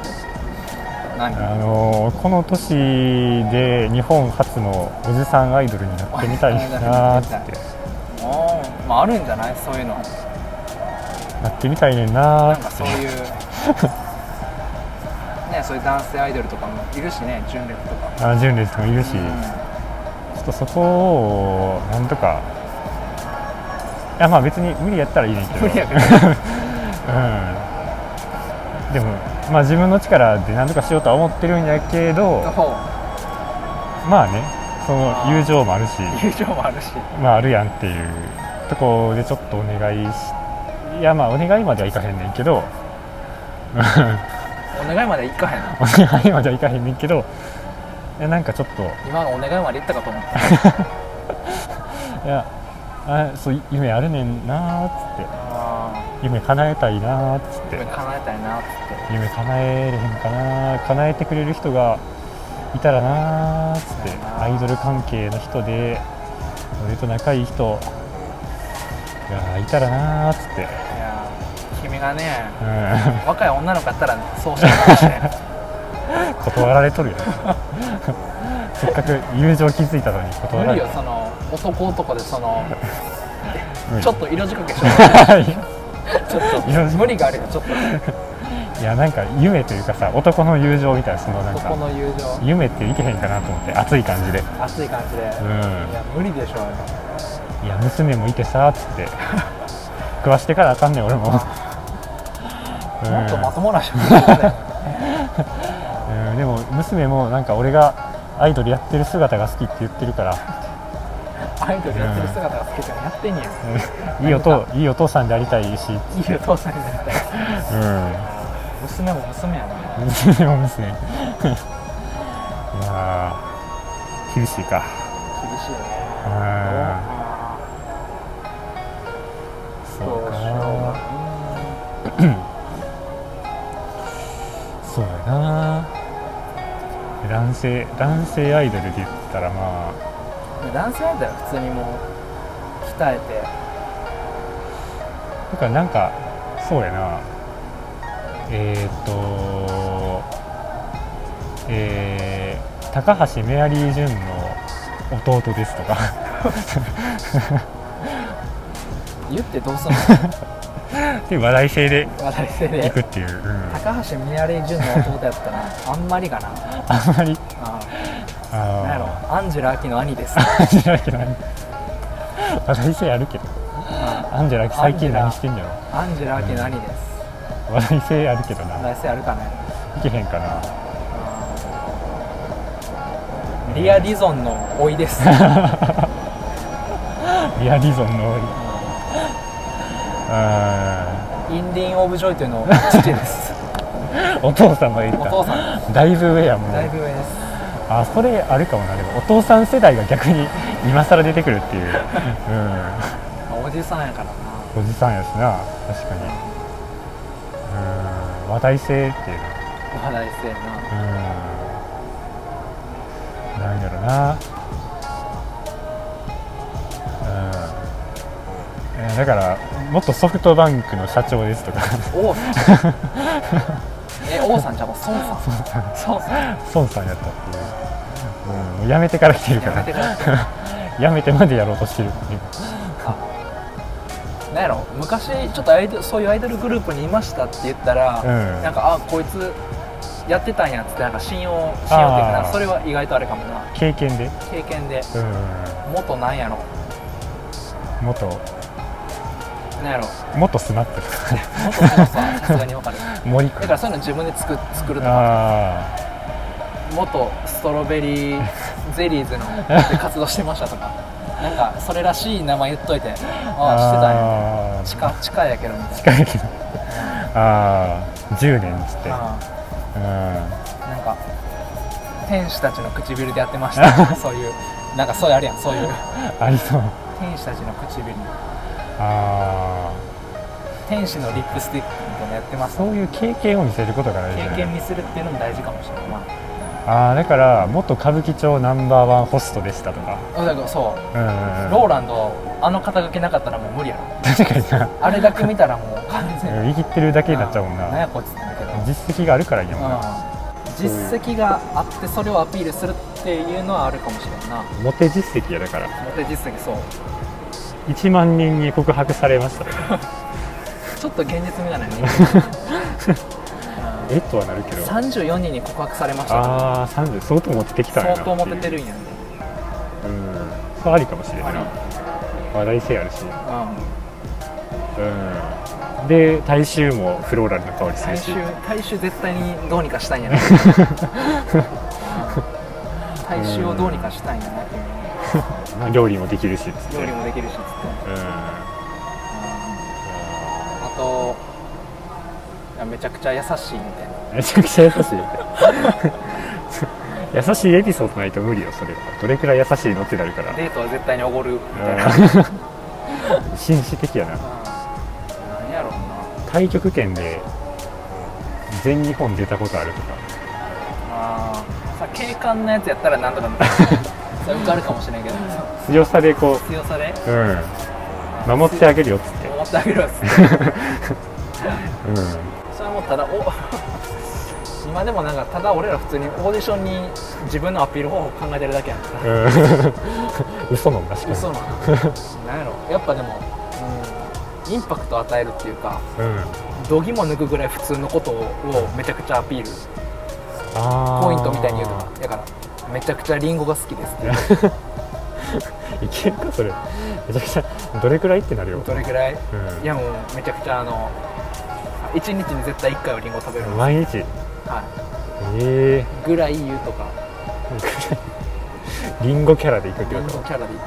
S2: 「
S3: 何
S2: あのーこの年で日本初のおじさんアイドルになってみたいなーって
S1: おーまああるんじゃないそういうの
S2: なってみたいねんな
S1: なん
S2: ーっ
S1: か
S2: て
S1: そう いうねそういう男性アイドルとかもいるしね純烈とか
S2: あ純烈もいるし、
S1: うん
S2: ちょっとそこをなんとかいやまあ別に無理やったらいいねんけど
S1: 無理やけど
S2: うん、でもまあ自分の力で何とかしようとは思ってるんやけど
S1: ほ
S2: まあねその友情もあるし
S1: う友情もあるし
S2: まああるやんっていうとこでちょっとお願いしいやまあお願いまではいかへんねんけど
S1: お願いまでいか へんの
S2: お願いまではいかへんねんけどいやなんかちょっと
S1: 今のお願いまでいったかと思った
S2: いやあそう夢あるねんなーっつって
S1: あ
S2: 夢叶えたいなーっつっ
S1: あ
S2: て
S1: 叶えたいなっつって
S2: 夢叶えれへんかな叶えてくれる人がいたらなーっつってアイドル関係の人で俺と仲いい人がいたらなーっつっ
S1: い
S2: て、
S1: やー君がね
S2: う
S1: 若い女の子やったらそうしたかもしれん
S2: ん、 断られとるよせっかく友情気づいたのに断
S1: 無
S2: ら
S1: 理
S2: れ
S1: よ
S2: た
S1: その男男でその
S2: 無理
S1: ち ょっと色仕掛けしようちょっ
S2: 色仕掛け
S1: と無理があるよちょっと
S2: いやなんか夢というかさ男の友情みたいなそのなん
S1: そこ
S2: か
S1: の友情
S2: 夢っていけへんかなと思って熱い感じで、
S1: 熱い感じで、
S2: う
S1: い
S2: ん、
S1: や無理でしょうよ
S2: いや娘もいてさーっつって 食わしてからあかんねん 俺も、うん
S1: もっとまともな人もいるよね
S2: うんでも娘もなんか俺がアイドルやってる姿が好きって言ってるから
S1: アイドルやってる姿が好きじゃんやってんやん
S2: うんいいお父いいお父さんでありたいし、うん、
S1: いいお父さんになりたい 娘も娘やな
S2: 娘も娘 いやー厳しいか
S1: 厳しいよ
S2: う
S1: ね
S2: ん
S1: あー
S2: そう
S1: どうしよ
S2: かそうやな男性男性アイドルで言ったらまあ
S1: うかな男性だったら普通にもう鍛えて
S2: だからなんかそうやなえー、っとえー、高橋メアリー・ジュンの弟ですとか
S1: 言ってどうすんの
S2: っていう話題性で
S1: 話題性
S2: い
S1: で
S2: くっていう、うん、あ
S1: 高橋みなり純の弟やったらあんまりかな
S2: あんまり
S1: あーなんや
S2: あ
S1: ろアンジェラ・アキの兄です
S2: あアンジェラ・アキ何話題性あるけどアンジェラ・アキ最近何してんじゃろ
S1: アンジェラ・アキの兄です
S2: 話題性あるけど
S1: 話
S2: な
S1: 題性あるかね
S2: いけへんかな
S1: リア・ディゾンの甥です。
S2: リアリゾンの多いうん
S1: インディン・オブ・ジョイというの父です。
S2: お父さんが言っ
S1: お父
S2: た
S1: さん、
S2: だいぶ上やもん
S1: だいぶ上です。
S2: あそれあるかもなでもお父さん世代が逆に今更出てくるっていう、
S1: おじさんやからな。
S2: うん、おじさんやしな確かにうん話題性っていうの
S1: 話題性な。
S2: うんなんやろなうんえーだからもっとソフトバンクの社長ですとか
S1: 王さん。 え、王さんじゃもう孫さん。孫さん。
S2: 孫さんやったっていう、うん、もう辞めてから来てるか
S1: やめてく
S2: ら
S1: ださい。
S2: 辞めてまでやろうとしてるっていう
S1: なんやろ昔ちょっとアイドルそういうアイドルグループにいましたって言ったら、
S2: うん
S1: なんかあこいつやってたんやっつってなんか信用信用っていうか
S2: あ
S1: な
S2: ー
S1: それは意外とあれかもな
S2: 経験で、
S1: 経験で
S2: うん、
S1: 元なんやろ
S2: 元
S1: なんやろ
S2: 元スナップとかね
S1: 元そうささすがにわかる
S2: 森
S1: だ
S2: 君
S1: からそういうの自分で作作るとか
S2: あ
S1: 元ストロベリーゼリー ズので活動してましたとかなんかそれらしい名前言っといてあ
S2: あ
S1: あ
S2: あー
S1: してたんや地下地下やけどみたい
S2: 近いけどああ10年っつって
S1: なあ
S2: う
S1: ーなんか天使たちの唇でやってました そういうなんかそういうあるやんそういうん
S2: ありそう
S1: 天使たちの唇
S2: あ
S1: 天使のリップスティックみたいなのやってま
S2: あ
S1: す
S2: そういう経験を見せることが大事
S1: 経
S2: だよね
S1: 験見せるっていうのも大事かもしれないな
S2: ああだから元歌舞伎町ナンバーワンホストでしたとか
S1: うんだからそう
S2: うんうんうん
S1: ローランドあの肩書きなかったらもう無理や ろ
S2: 確かにな
S1: あれだけ見たらもう完全に
S2: 握ってるだけになっちゃうもん
S1: なんや
S2: な
S1: こいつってなるけど
S2: 実績があるからいいもんな
S1: うん実績があってそれをアピールするっていうのはあるかもしれんな
S2: モテ実績やだから
S1: モテ実績そう
S2: 1万人に告白されましたとか
S1: ちょっと現実味が ないね
S2: えっとはなるけど
S1: 34人に告白されましたと
S2: ああ30相当持ってきたんや
S1: 相
S2: な
S1: 当モテて
S2: る
S1: るんやね
S2: うんそれありかもしれ
S1: あ
S2: ない
S1: り
S2: な話題性あるし
S1: うん
S2: うんで大衆もフローラルな香りする
S1: 大衆
S2: し
S1: 大衆絶対にどうにかしたいん やな大衆をどうにかしたいんやなっていう
S2: まあ料理もできるしっつって
S1: 料理もできるしつって
S2: うん
S1: あといやめちゃくちゃ優しいみたいな
S2: めちゃくちゃ優しい 優しいエピソードないと無理よそれはどれくらい優しいのってなるから
S1: デートは絶対におごるみたいな、
S2: うん紳士的やな
S1: なんやろうな
S2: 太極拳で全日本出たことあるとか
S1: あーさ警官のやつやったらなんとかなるそれ受かるかもしれんけど
S2: 強さでこ
S1: 強さで
S2: う、うん、守ってあげるよっつって、
S1: 思ってあげるわ
S2: うん、
S1: それはもうただお今でもなんかただ俺ら普通にオーディションに自分のアピール方法考えてるだけやん
S2: うん 嘘なんだしかも
S1: 嘘なのなんやろやっぱでも、うん、インパクトを与えるっていうか
S2: うん、
S1: 度肝抜くぐらい普通のことをめちゃくちゃアピール
S2: あー
S1: ポイントみたいに言うとかだからめちゃくちゃリンゴが好きですって
S2: いけるかそれめちゃくちゃどれくらいってなるよ
S1: どれぐらい
S2: うん
S1: いやもうめちゃくちゃあの1日に絶対1回はリンゴ食べる、は
S2: 毎日
S1: い、
S2: え
S1: ぐらい言うとか
S2: ー、リンゴキャラで行くって
S1: リ
S2: こ
S1: ンゴキ
S2: と
S1: ャラで言う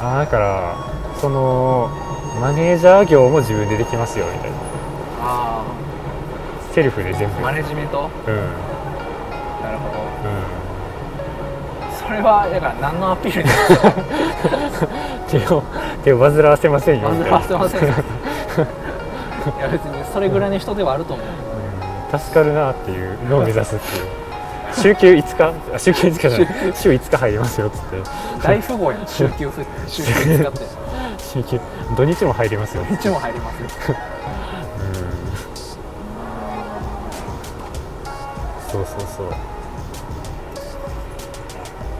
S2: ああだからそのマネージャー業も自分でできますよみたいな
S1: あ
S2: セルフで全部
S1: あマネジメント
S2: うんうん
S1: なるほどそれはだから何のアピールでも
S2: 手を手を煩わせませ んよみたい
S1: 煩
S2: な
S1: わせませんよ いや別にそれぐらいの人ではあると思う
S2: うん助かるなっていうのを目指すっていう週休5日あ週休5日じゃない週5日入りますよっつって
S1: 大富豪やん週休ふ週休使って
S2: 週休土日も入りますよ
S1: 一も入りますよ
S2: うんそうそうそう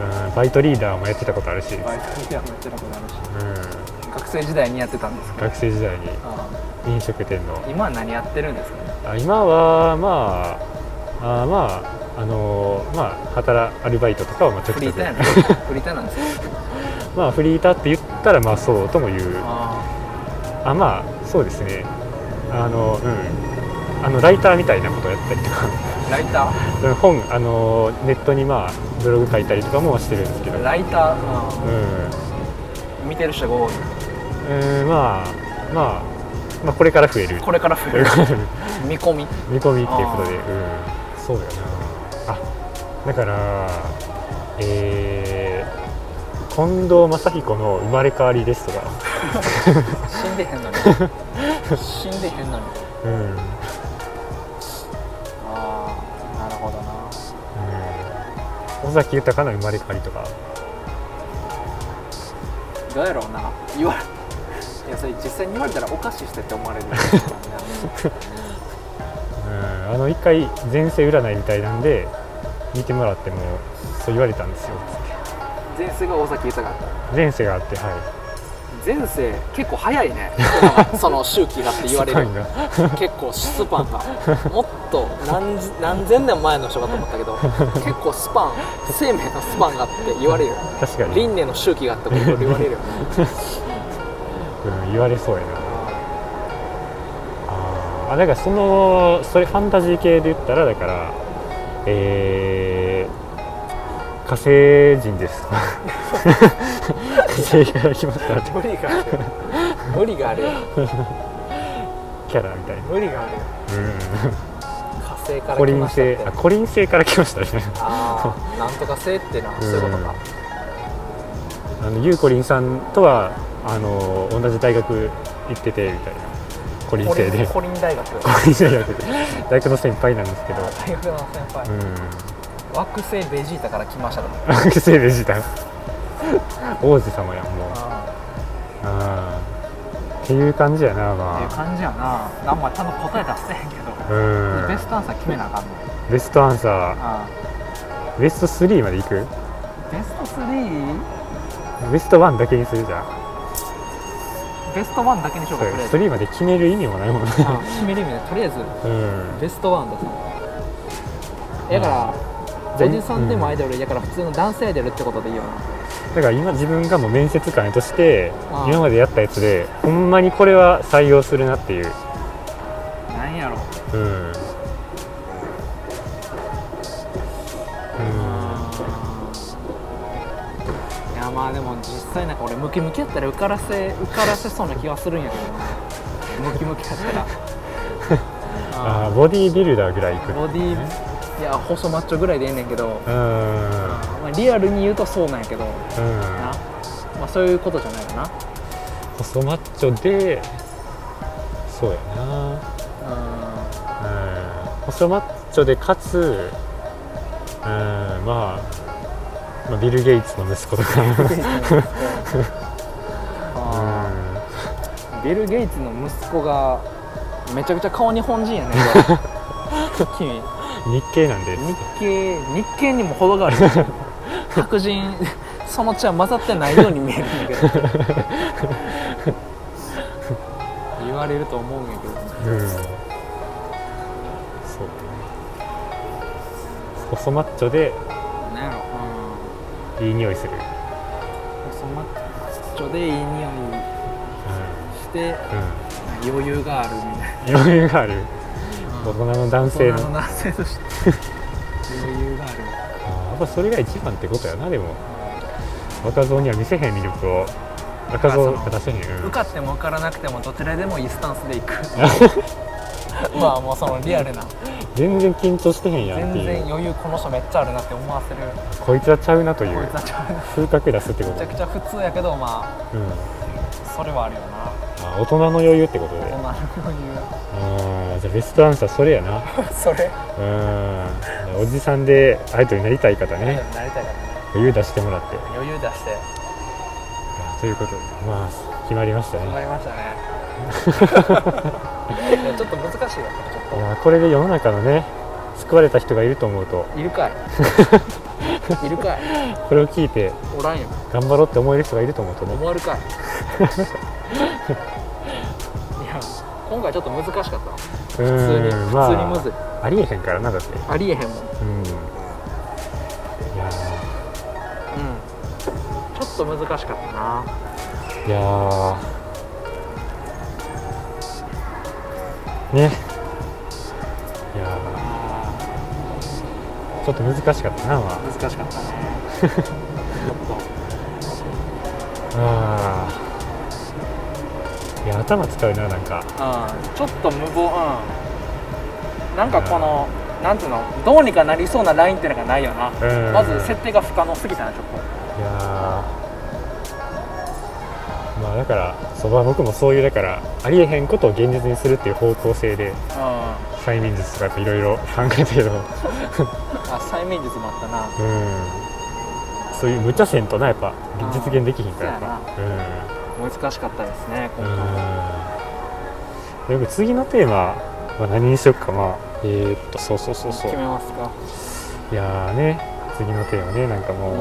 S2: うんバイトリーダーもやってたことあるし、うん、
S1: バイトリアもやってたことあるし学生時代にやってたんですけど
S2: 学生時代に
S1: あ
S2: 飲食店の
S1: ー今は何やってるんですかね
S2: あ今はまああーまああのーまあ働アルバイトとかはまあちょ
S1: フ
S2: く
S1: リ
S2: ちょ
S1: ー
S2: く
S1: ターやなフリーターなんですよ
S2: まあフリーターって言ったらまあそうとも言う
S1: あ
S2: あまあそうですねあのうんあのライターみたいなことをやったりとか
S1: ーライタ
S2: うん本あのネットにまあブログ書いたりとかもしてるんですけど
S1: ーライターあ
S2: う
S1: ー見てる人が多い
S2: ん、うん、まあまあまあこれから増える
S1: これから増え る見込み
S2: 見込みっていうこと
S1: あ
S2: で、うん、そうだよなあだからえー、近藤正彦の生まれ変わりですとか、
S1: 死んでへんのに死んでへんのに
S2: うんうん
S1: ああなるほどな
S2: 尾崎豊の生まれ変わりとか
S1: どうやろうな言われいやそれ実際に言われたらおかしいしてって思われる
S2: うんあの一回前世占いみたいなんで見てもらってもそう言われたんですよ
S1: 前世が大崎豊だった
S2: 前世があっては
S1: 前世結構早いねその周期がって
S2: い
S1: 言われる
S2: スパンが
S1: 結構スパンがもっと何十何千年前の人かと思ったけど結構スパン生命のスパンがあって言われるよ
S2: 確かに、う
S1: 輪廻の周期があってこと言われるよね
S2: ん、言われそうやなあーだからそのそれファンタジー系で言ったらだからえー、火星人です 火星から来ましたって
S1: 無理があるよ無理があるよ
S2: キャラみたいな
S1: 無理があるよ
S2: う
S1: 火星か
S2: ん
S1: ら
S2: コリ
S1: 来
S2: ン
S1: ましたっ
S2: 星
S1: て
S2: あコリン星から来ましたね
S1: ああなんとか星っていうのはそういうことか
S2: あのゆうこりんさんとはあの同じ大学行っててみたいなコリン
S1: コ
S2: 星
S1: リン
S2: でコ
S1: コリン大学
S2: リン星やってて大学の先輩なんですけど
S1: 大学の先輩、
S2: うん
S1: 惑星ベジータから来ましたとか
S2: 学生でした王子様やんもうあーっていう感じやな
S1: っていう
S2: ま
S1: 感じやな何も多分答え出せへんけど、
S2: あうん
S1: ベストアンサー決めなあかんね
S2: ベストアンサ
S1: あ
S2: ーベスト3までいく
S1: ベスト 3?
S2: ベスト1だけにするじゃん
S1: ベスト1だけにしよう
S2: そ
S1: か
S2: れ
S1: とりあえず
S2: 3まで決める意味もないもんね
S1: うん決める意味でとりあえず
S2: うん
S1: ベストワンだっただから、おじさんでもアイ
S2: だ
S1: ドルやから普通の男性アイドルってことでいいよな
S2: から今自分がもう面接官として
S1: ああ
S2: 今までやったやつでほんまにこれは採用するなっていう
S1: なんやろ
S2: うん
S1: いやまあでも実際なんか俺ムキムキやったら受からせ受からせそうな気がするんやけどなムキムキやったら
S2: ああ
S1: あ
S2: ボディービルダーぐらいいく
S1: ーボディいや細マッチョぐらいでええねんけど、
S2: うん
S1: まあ、リアルに言うとそうなんやけどな
S2: う
S1: まあそういうことじゃないかな、
S2: ん細マッチョでそうやな
S1: うん
S2: うん細マッチョでかつうんまあまあビル・ゲイツの息子とか
S1: あ
S2: う
S1: ービル・ゲイツの息子がめちゃくちゃ顔日本人やねんけど君
S2: ん日系なんで
S1: 日系日系にも程がある白人その血は混ざってないように見えるんだけど言われると思うんやけど
S2: うんそう細マッチョで
S1: なんやろ
S2: いい匂いする、
S1: うん細マッチョでいい匂いして
S2: う
S1: 余裕があるみたいな。
S2: んうん、余裕がある大人の男性の
S1: 大人の男性として余裕がある
S2: あーやっぱそれが一番ってことやなでも若造には見せへん魅力を若造が出せへんうん
S1: 受かっても受からなくてもどちらでもいいスタンスでいく まあもうそのリアルな
S2: 全然緊張してへんやん
S1: 全
S2: ってい
S1: 然
S2: う
S1: 余裕この人めっちゃあるなって思わせる
S2: こいつはちゃうなとい
S1: こいうつはちゃうな
S2: 風格出すってこ
S1: め
S2: と
S1: ちゃくちゃ普通やけどま
S2: うんま
S1: あそれはあるよな
S2: あ大人の余裕ってことで
S1: 大人の余裕
S2: あーじゃあベストアンサーそれやな
S1: それ
S2: うんおじさんでアイドルになりたい方
S1: なり
S2: ね
S1: たいからね
S2: 余裕出してもらって
S1: 余裕出して
S2: ということでまあ決まりました
S1: 頑張
S2: ね
S1: りましたね いやちょっと難しいよ
S2: いやこれで世の中のね救われた人がいると思うと
S1: いるか いいるかい
S2: これを聞いて
S1: おらんよ
S2: 頑張ろうって思える人がいると思うとね
S1: 思わる かいいや今回ちょっと難しかったわ
S2: う
S1: 普
S2: ん
S1: 通に、
S2: ま
S1: 普通にむずい
S2: あ、ありえへんからなだって
S1: ありえへんもん、うん、
S2: うんいや
S1: ちょっと難しかったな
S2: ーいやーねいやーちょっと難しかったなまあ
S1: 難しか ったねちょっと
S2: あーいや頭使うななん
S1: う
S2: か
S1: んちょっと無謀うんなんかこのなんていうのどうにかなりそうなラインっていうのがないよな
S2: うん
S1: まず設定が不可能すぎたなちょっ
S2: いやーまあだからそば僕もそういうだからありえへんことを現実にするっていう方向性で
S1: とうんあ
S2: 催眠術とかやっぱいろいろ考えたけど
S1: 催眠術もあったな
S2: うんそういう無茶せんとなやっぱ
S1: ん
S2: 実現できひんからやっぱ
S1: 難しかったですね
S2: う
S1: 今
S2: ん
S1: 回
S2: うんよく次のテーマは何にしよっかまあえー、っとそうそうそうそう
S1: 決めますか、
S2: いやーね次のテーマねなんか
S1: う
S2: もう、
S1: ん、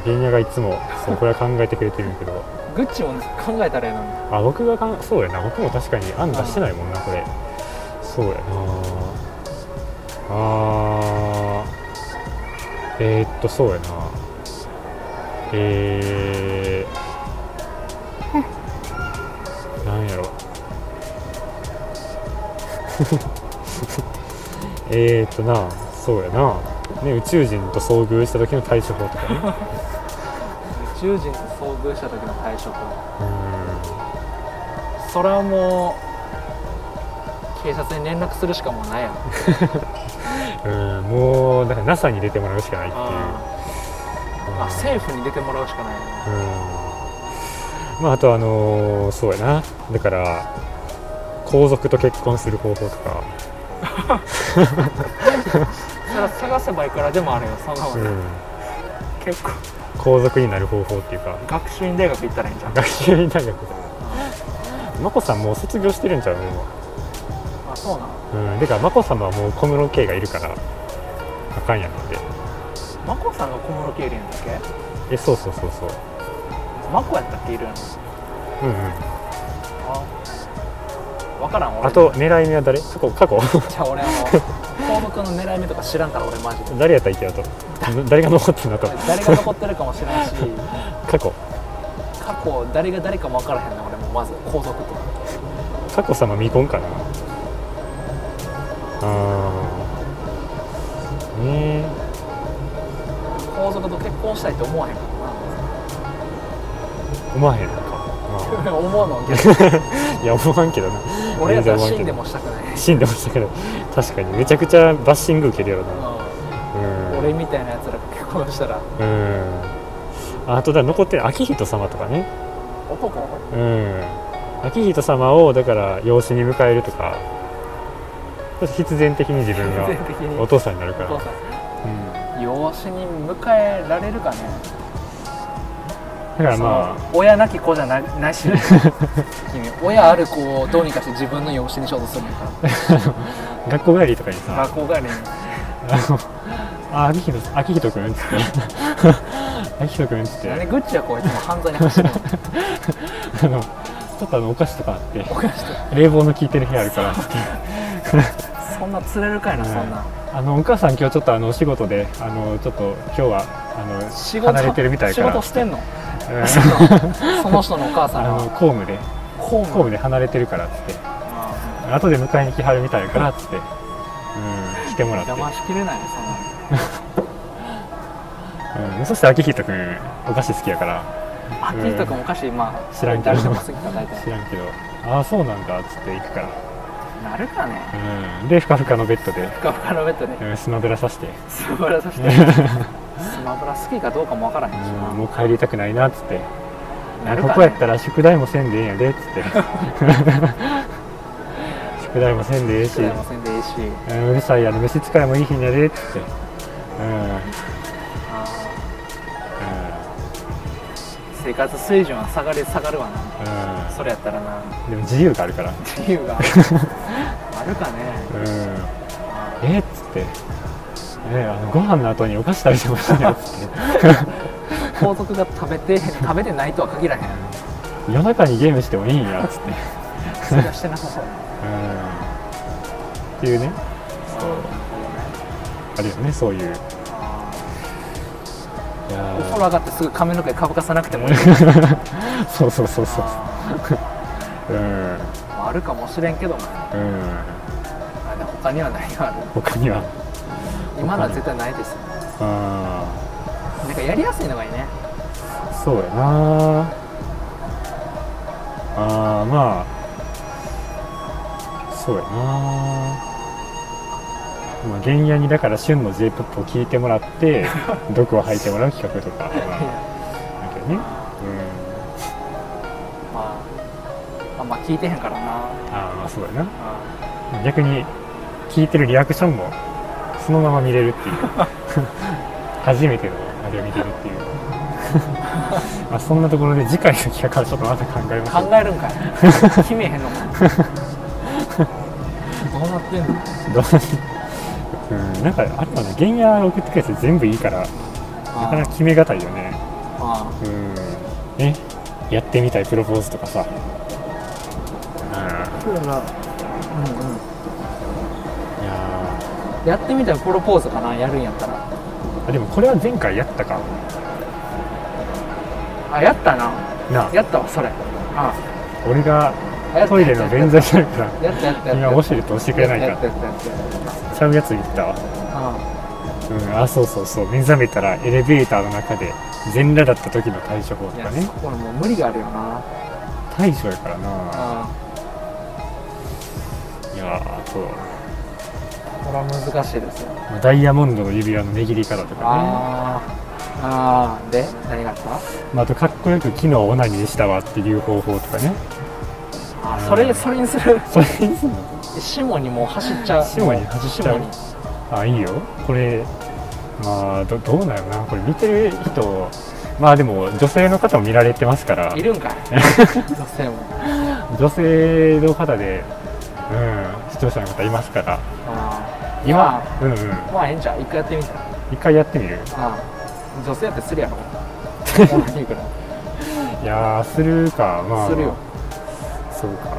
S2: 原野がいつもそうこれは考えてくれてるんやけど
S1: グッチも考えたらええのに
S2: あ僕がかんそうやな僕も確かに案出してないもんなこれそうやなあーえー、っとそうやなえー、なんやろ えーっとなそうやなね宇宙人と遭遇した時の対処法とかね
S1: 宇宙人と遭遇した時の対処法
S2: う
S1: それはもう警察に連絡するしかもうないやん
S2: んうんもうだから NASA に出てもらうしかないっていう
S1: あ
S2: うん
S1: あ政府に出てもらうしかないよね
S2: うんまああとあのーそうやなだから皇族と結婚する方法とか、
S1: それは探せばいくらでもあるよそんなも、
S2: うんん、
S1: 結構
S2: 皇族になる方法っていうか
S1: 学習院大学行ったらいいんじゃん
S2: 学習院大学で眞子さんもう卒業してるんちゃうの今
S1: ああそうなの
S2: うんだから眞子さまはもう小室圭がいるからあかんやんで
S1: 眞子さんが小室圭いるんだっけ
S2: えそうそうそうそう
S1: 眞子やったっけいるの
S2: うんうん
S1: あ分からん俺
S2: あと狙い目は誰過去過去
S1: じゃあ俺あの項 目の狙い目とか知らんから俺マジで
S2: 誰やったっけあと誰が残ってんのと
S1: 誰が残ってるかもしれんし
S2: 過去
S1: 過去誰が誰かも分からへんねん俺もまず皇族と
S2: 佳子さま未婚かなあーね
S1: 皇族と結婚したいと思わへんか
S2: え思わへんのか、
S1: らな 思わの逆に
S2: うんいや思わんけどな
S1: 俺やったら死ん
S2: 全
S1: で
S2: 然思わ
S1: もしたくない
S2: んけど死んでましたけど確かにめちゃくちゃバッシング受けるやろな
S1: うん
S2: う
S1: 俺
S2: ん
S1: みたいなやつらが結婚したら
S2: うんあとだ残ってる明仁様とかね
S1: 男
S2: うん明仁様をだから養子に迎えるとか必然的に自分が
S1: 全然的に
S2: お父さんになるから
S1: お父さん養子に迎えられるかね
S2: だからま
S1: その親なき子じゃなない し君親ある子をどうにかして自分の養子にしようとするんやから
S2: あ学校帰りとかにさ
S1: 学校帰りに
S2: 「あ明人明人君」っつって「明人君」っつって
S1: 何グッチやこいつも犯罪に走 るの
S2: あのちょっとあのお菓子とかあって
S1: おかしい
S2: 冷房の効いてる部屋あるからっつって
S1: そんな釣れるかいな、そんな
S2: あのお母さん今日ちょっとあのお仕事であのちょっと今日はあの
S1: 仕
S2: 離れてるみたい
S1: 仕
S2: から
S1: 事して んの
S2: うん
S1: その人のお母さ
S2: あ
S1: ん
S2: の
S1: が
S2: 公務で
S1: ホー
S2: 公
S1: ム
S2: 務で離れてるからっつって
S1: あ
S2: 後で迎えに来はるみたいやからっつって、うん、来てもらって、
S1: 邪魔しきれないねそんな
S2: うん、そして明人君お菓子好きやから
S1: あっ人君おかしいまあ
S2: 知らんけど
S1: 誰でも過ぎたら大
S2: 知
S1: 体
S2: らんけどああそうなんだっつって行くから、
S1: なるかね
S2: うん、でふかふかのベッドで、
S1: ふかふかのベッド で
S2: うん、スマブラさして、
S1: スマブラさせてスマブラ好きかどうかもわからへん
S2: う
S1: し
S2: ん
S1: な、
S2: もう帰りたくないなっつって、
S1: なるかね
S2: ここやったら宿題もせんでええんやでっつって 宿題もせんでええし、
S1: 知らませんでいいし
S2: うん、うるさいやろ飯使いもいい日にやでっつって、うんうん、
S1: あー生活水準は下がり下がるわなそれやったらな
S2: うん、でも自由があるから
S1: 自由 があるかね
S2: うん、えっつって、ね、あのご飯の後にお菓子食べてましたよっつって
S1: 皇族が食べて食べてないとは限らへん
S2: 夜中にゲームしてもいいんやっつって、
S1: それはしてなさそう
S2: うん、っていうね
S1: そう
S2: あるよねそういういや
S1: お
S2: ー
S1: 風呂上がってすぐ髪の毛乾かさなくてもいい
S2: そうそうそうそう
S1: あ
S2: うん
S1: ーあるかもしれんけどな
S2: うん
S1: あでも他にはないがある
S2: 他には
S1: 今のは絶対ないですよ
S2: あ
S1: なんかやりやすいのがいいね
S2: ーそうやなあーまあそうやなまあ原野にだから旬の j p o p を聞いてもらって毒を吐いてもらう企画とか なんかね、うん、
S1: まああんま聞いてへんからな
S2: ああまあそうやな
S1: あ
S2: 逆に聞いてるリアクションもそのまま見れるっていう 初めてのあれを見てるっていう まあそんなところで次回の企画はちょっとまた考えましょ
S1: 考
S2: う
S1: えるん かい決めへんのかどうなってんの
S2: どううんなんかあれはね原野送ってくるやつ全部いいからなかなか決めがたいよね
S1: あー
S2: うんねやってみたいプロポーズとかさ
S1: あーうんうん
S2: いや
S1: やってみたらプロポーズかなやるんやったら
S2: ーあでもこれは前回やったか
S1: あやったな
S2: なあ
S1: やったわそれあ
S2: 俺が
S1: あやった
S2: トイレの便座じゃなくら
S1: やったやったやった
S2: 今ウォシュレット押してくれないか
S1: や
S2: ら
S1: ったやったやったやった
S2: ちゃうやつ言ったわ
S1: あ
S2: うん、あそうそうそう目覚めたらエレベーターの中で全裸だった時の対処法
S1: あ
S2: と
S1: いや
S2: かね
S1: そこのもう無理があるよな
S2: 対処やからな
S1: あ
S2: いやーそう、
S1: あこれは難しいですよ
S2: まあダイヤモンドの指輪の握り方とかね
S1: ああああで何があった
S2: まあ、あとかっこよく機能をオナニーにしたわっていう方法とかね
S1: あそれそれにする
S2: そ れにすんの
S1: 下にもう走っちゃう
S2: 下に走っちゃう
S1: 下に
S2: あいいよこれまあどどうなるなこれ見てる人まあでも女性の方も見られ てますから
S1: いるんかい女性も
S2: 女性の方でうん、視聴者の方いますから
S1: あー
S2: 今
S1: ま
S2: うんうん
S1: あまあええんちゃう一回やってみたら
S2: 一回やってみる
S1: ああ女性やってするや ろこの日ぐらい
S2: いやーするかまあ
S1: するよ
S2: そうか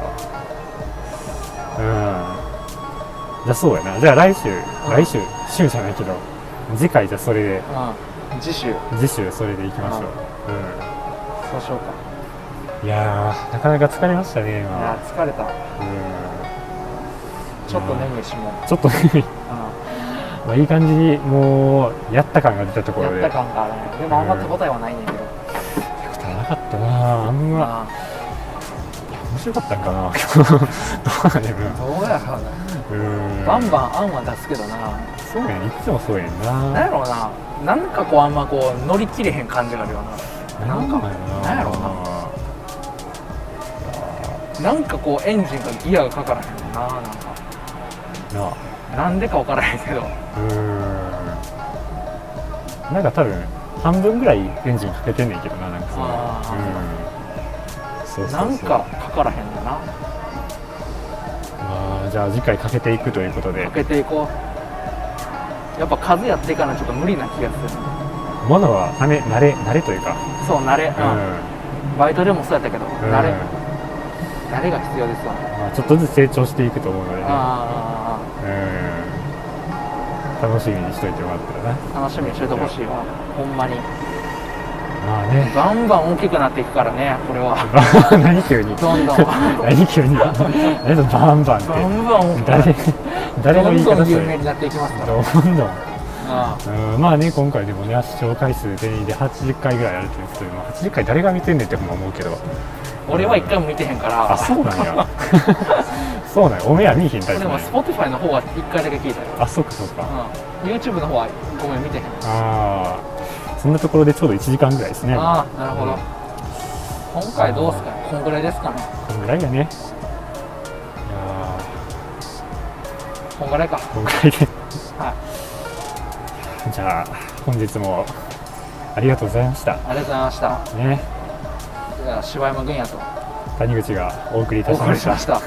S2: うんじゃあそうやなじゃあ来週、来週週じゃないけど次回じゃあそれで
S1: うん次週
S2: 次週それでいきましょう、
S1: そうしようか
S2: うん、いやーなかなか疲れましたね
S1: いや
S2: 今、
S1: 疲れた
S2: うん、
S1: ちょっと眠いしもう
S2: ちょっと ねまあいい感じにもうやった感が出たとこ
S1: うん
S2: ろ
S1: や
S2: で
S1: った感があるねでもあんま手応えはないねんけど
S2: 手応えなかったなあんま
S1: あ
S2: 面白かったんかな どうなんやろ
S1: あどうやろう
S2: うん
S1: なバンバン案は出すけどな
S2: そうやんいつもそうやん
S1: なん
S2: な
S1: やろうななんかこうあんまこう乗り切れへん感じがあるよ
S2: なんかやな
S1: なんやろななんかこうエンジンがギアがかからへんもんななんか
S2: なあ
S1: なんでか分からへんけど
S2: うーんなんか多分半分ぐらいエンジンかけてんねんけどななんかその
S1: あ
S2: うんそうそうそう
S1: なんかかからへんだな
S2: まあじゃあ次回かけていくということで
S1: かけていこうやっぱ数やっていかないとちょっと無理な気がする
S2: ものはため慣れ慣れというか
S1: そう慣れ、うんバイトでもそうやったけど
S2: うん
S1: 慣れ
S2: うん
S1: 慣れが必要ですわ
S2: まあ、ちょっとずつ成長していくと思うのでね
S1: あ
S2: うん楽しみにしといてもらったらな
S1: あ楽しみにしといてほしいわほんまに
S2: まあね
S1: バンバン大きくなっていくからねこれは
S2: 何急に
S1: どん どん
S2: 何急 に何そのバンバンっ
S1: バ
S2: て
S1: ンバン大きくなって
S2: 誰誰の
S1: ど
S2: 言い
S1: んど
S2: 方
S1: ん
S2: そ
S1: 有名
S2: れ
S1: になっていきますから
S2: どんどん
S1: あ
S2: うんまあね今回でもね視聴回数全員で80回ぐらいやるということで、まあ、80回誰が見てんねんってほんま思うけど
S1: あ俺は一回も見てへんから
S2: あそうなんや そうなんやお目は見えへんタイ
S1: で
S2: プな
S1: も
S2: んや
S1: Spotify の方は一回だけ聞いたよ、
S2: あそうかそうか、あ
S1: うん、YouTube の方はごめん見てへん
S2: あそんなところでちょうど1時間ぐらいですね
S1: ああなるほど、
S2: うん
S1: 今回どうすかねこんぐらいですかね
S2: こんぐらいやねいやー
S1: こんぐらいか
S2: こんぐらいで
S1: はい
S2: じゃあ本日もありがとうございました
S1: ありがとうございました
S2: ね
S1: じゃあ柴山軍也と
S2: 谷口がお送りいた
S1: お
S2: し
S1: 送
S2: ま
S1: り
S2: し
S1: したました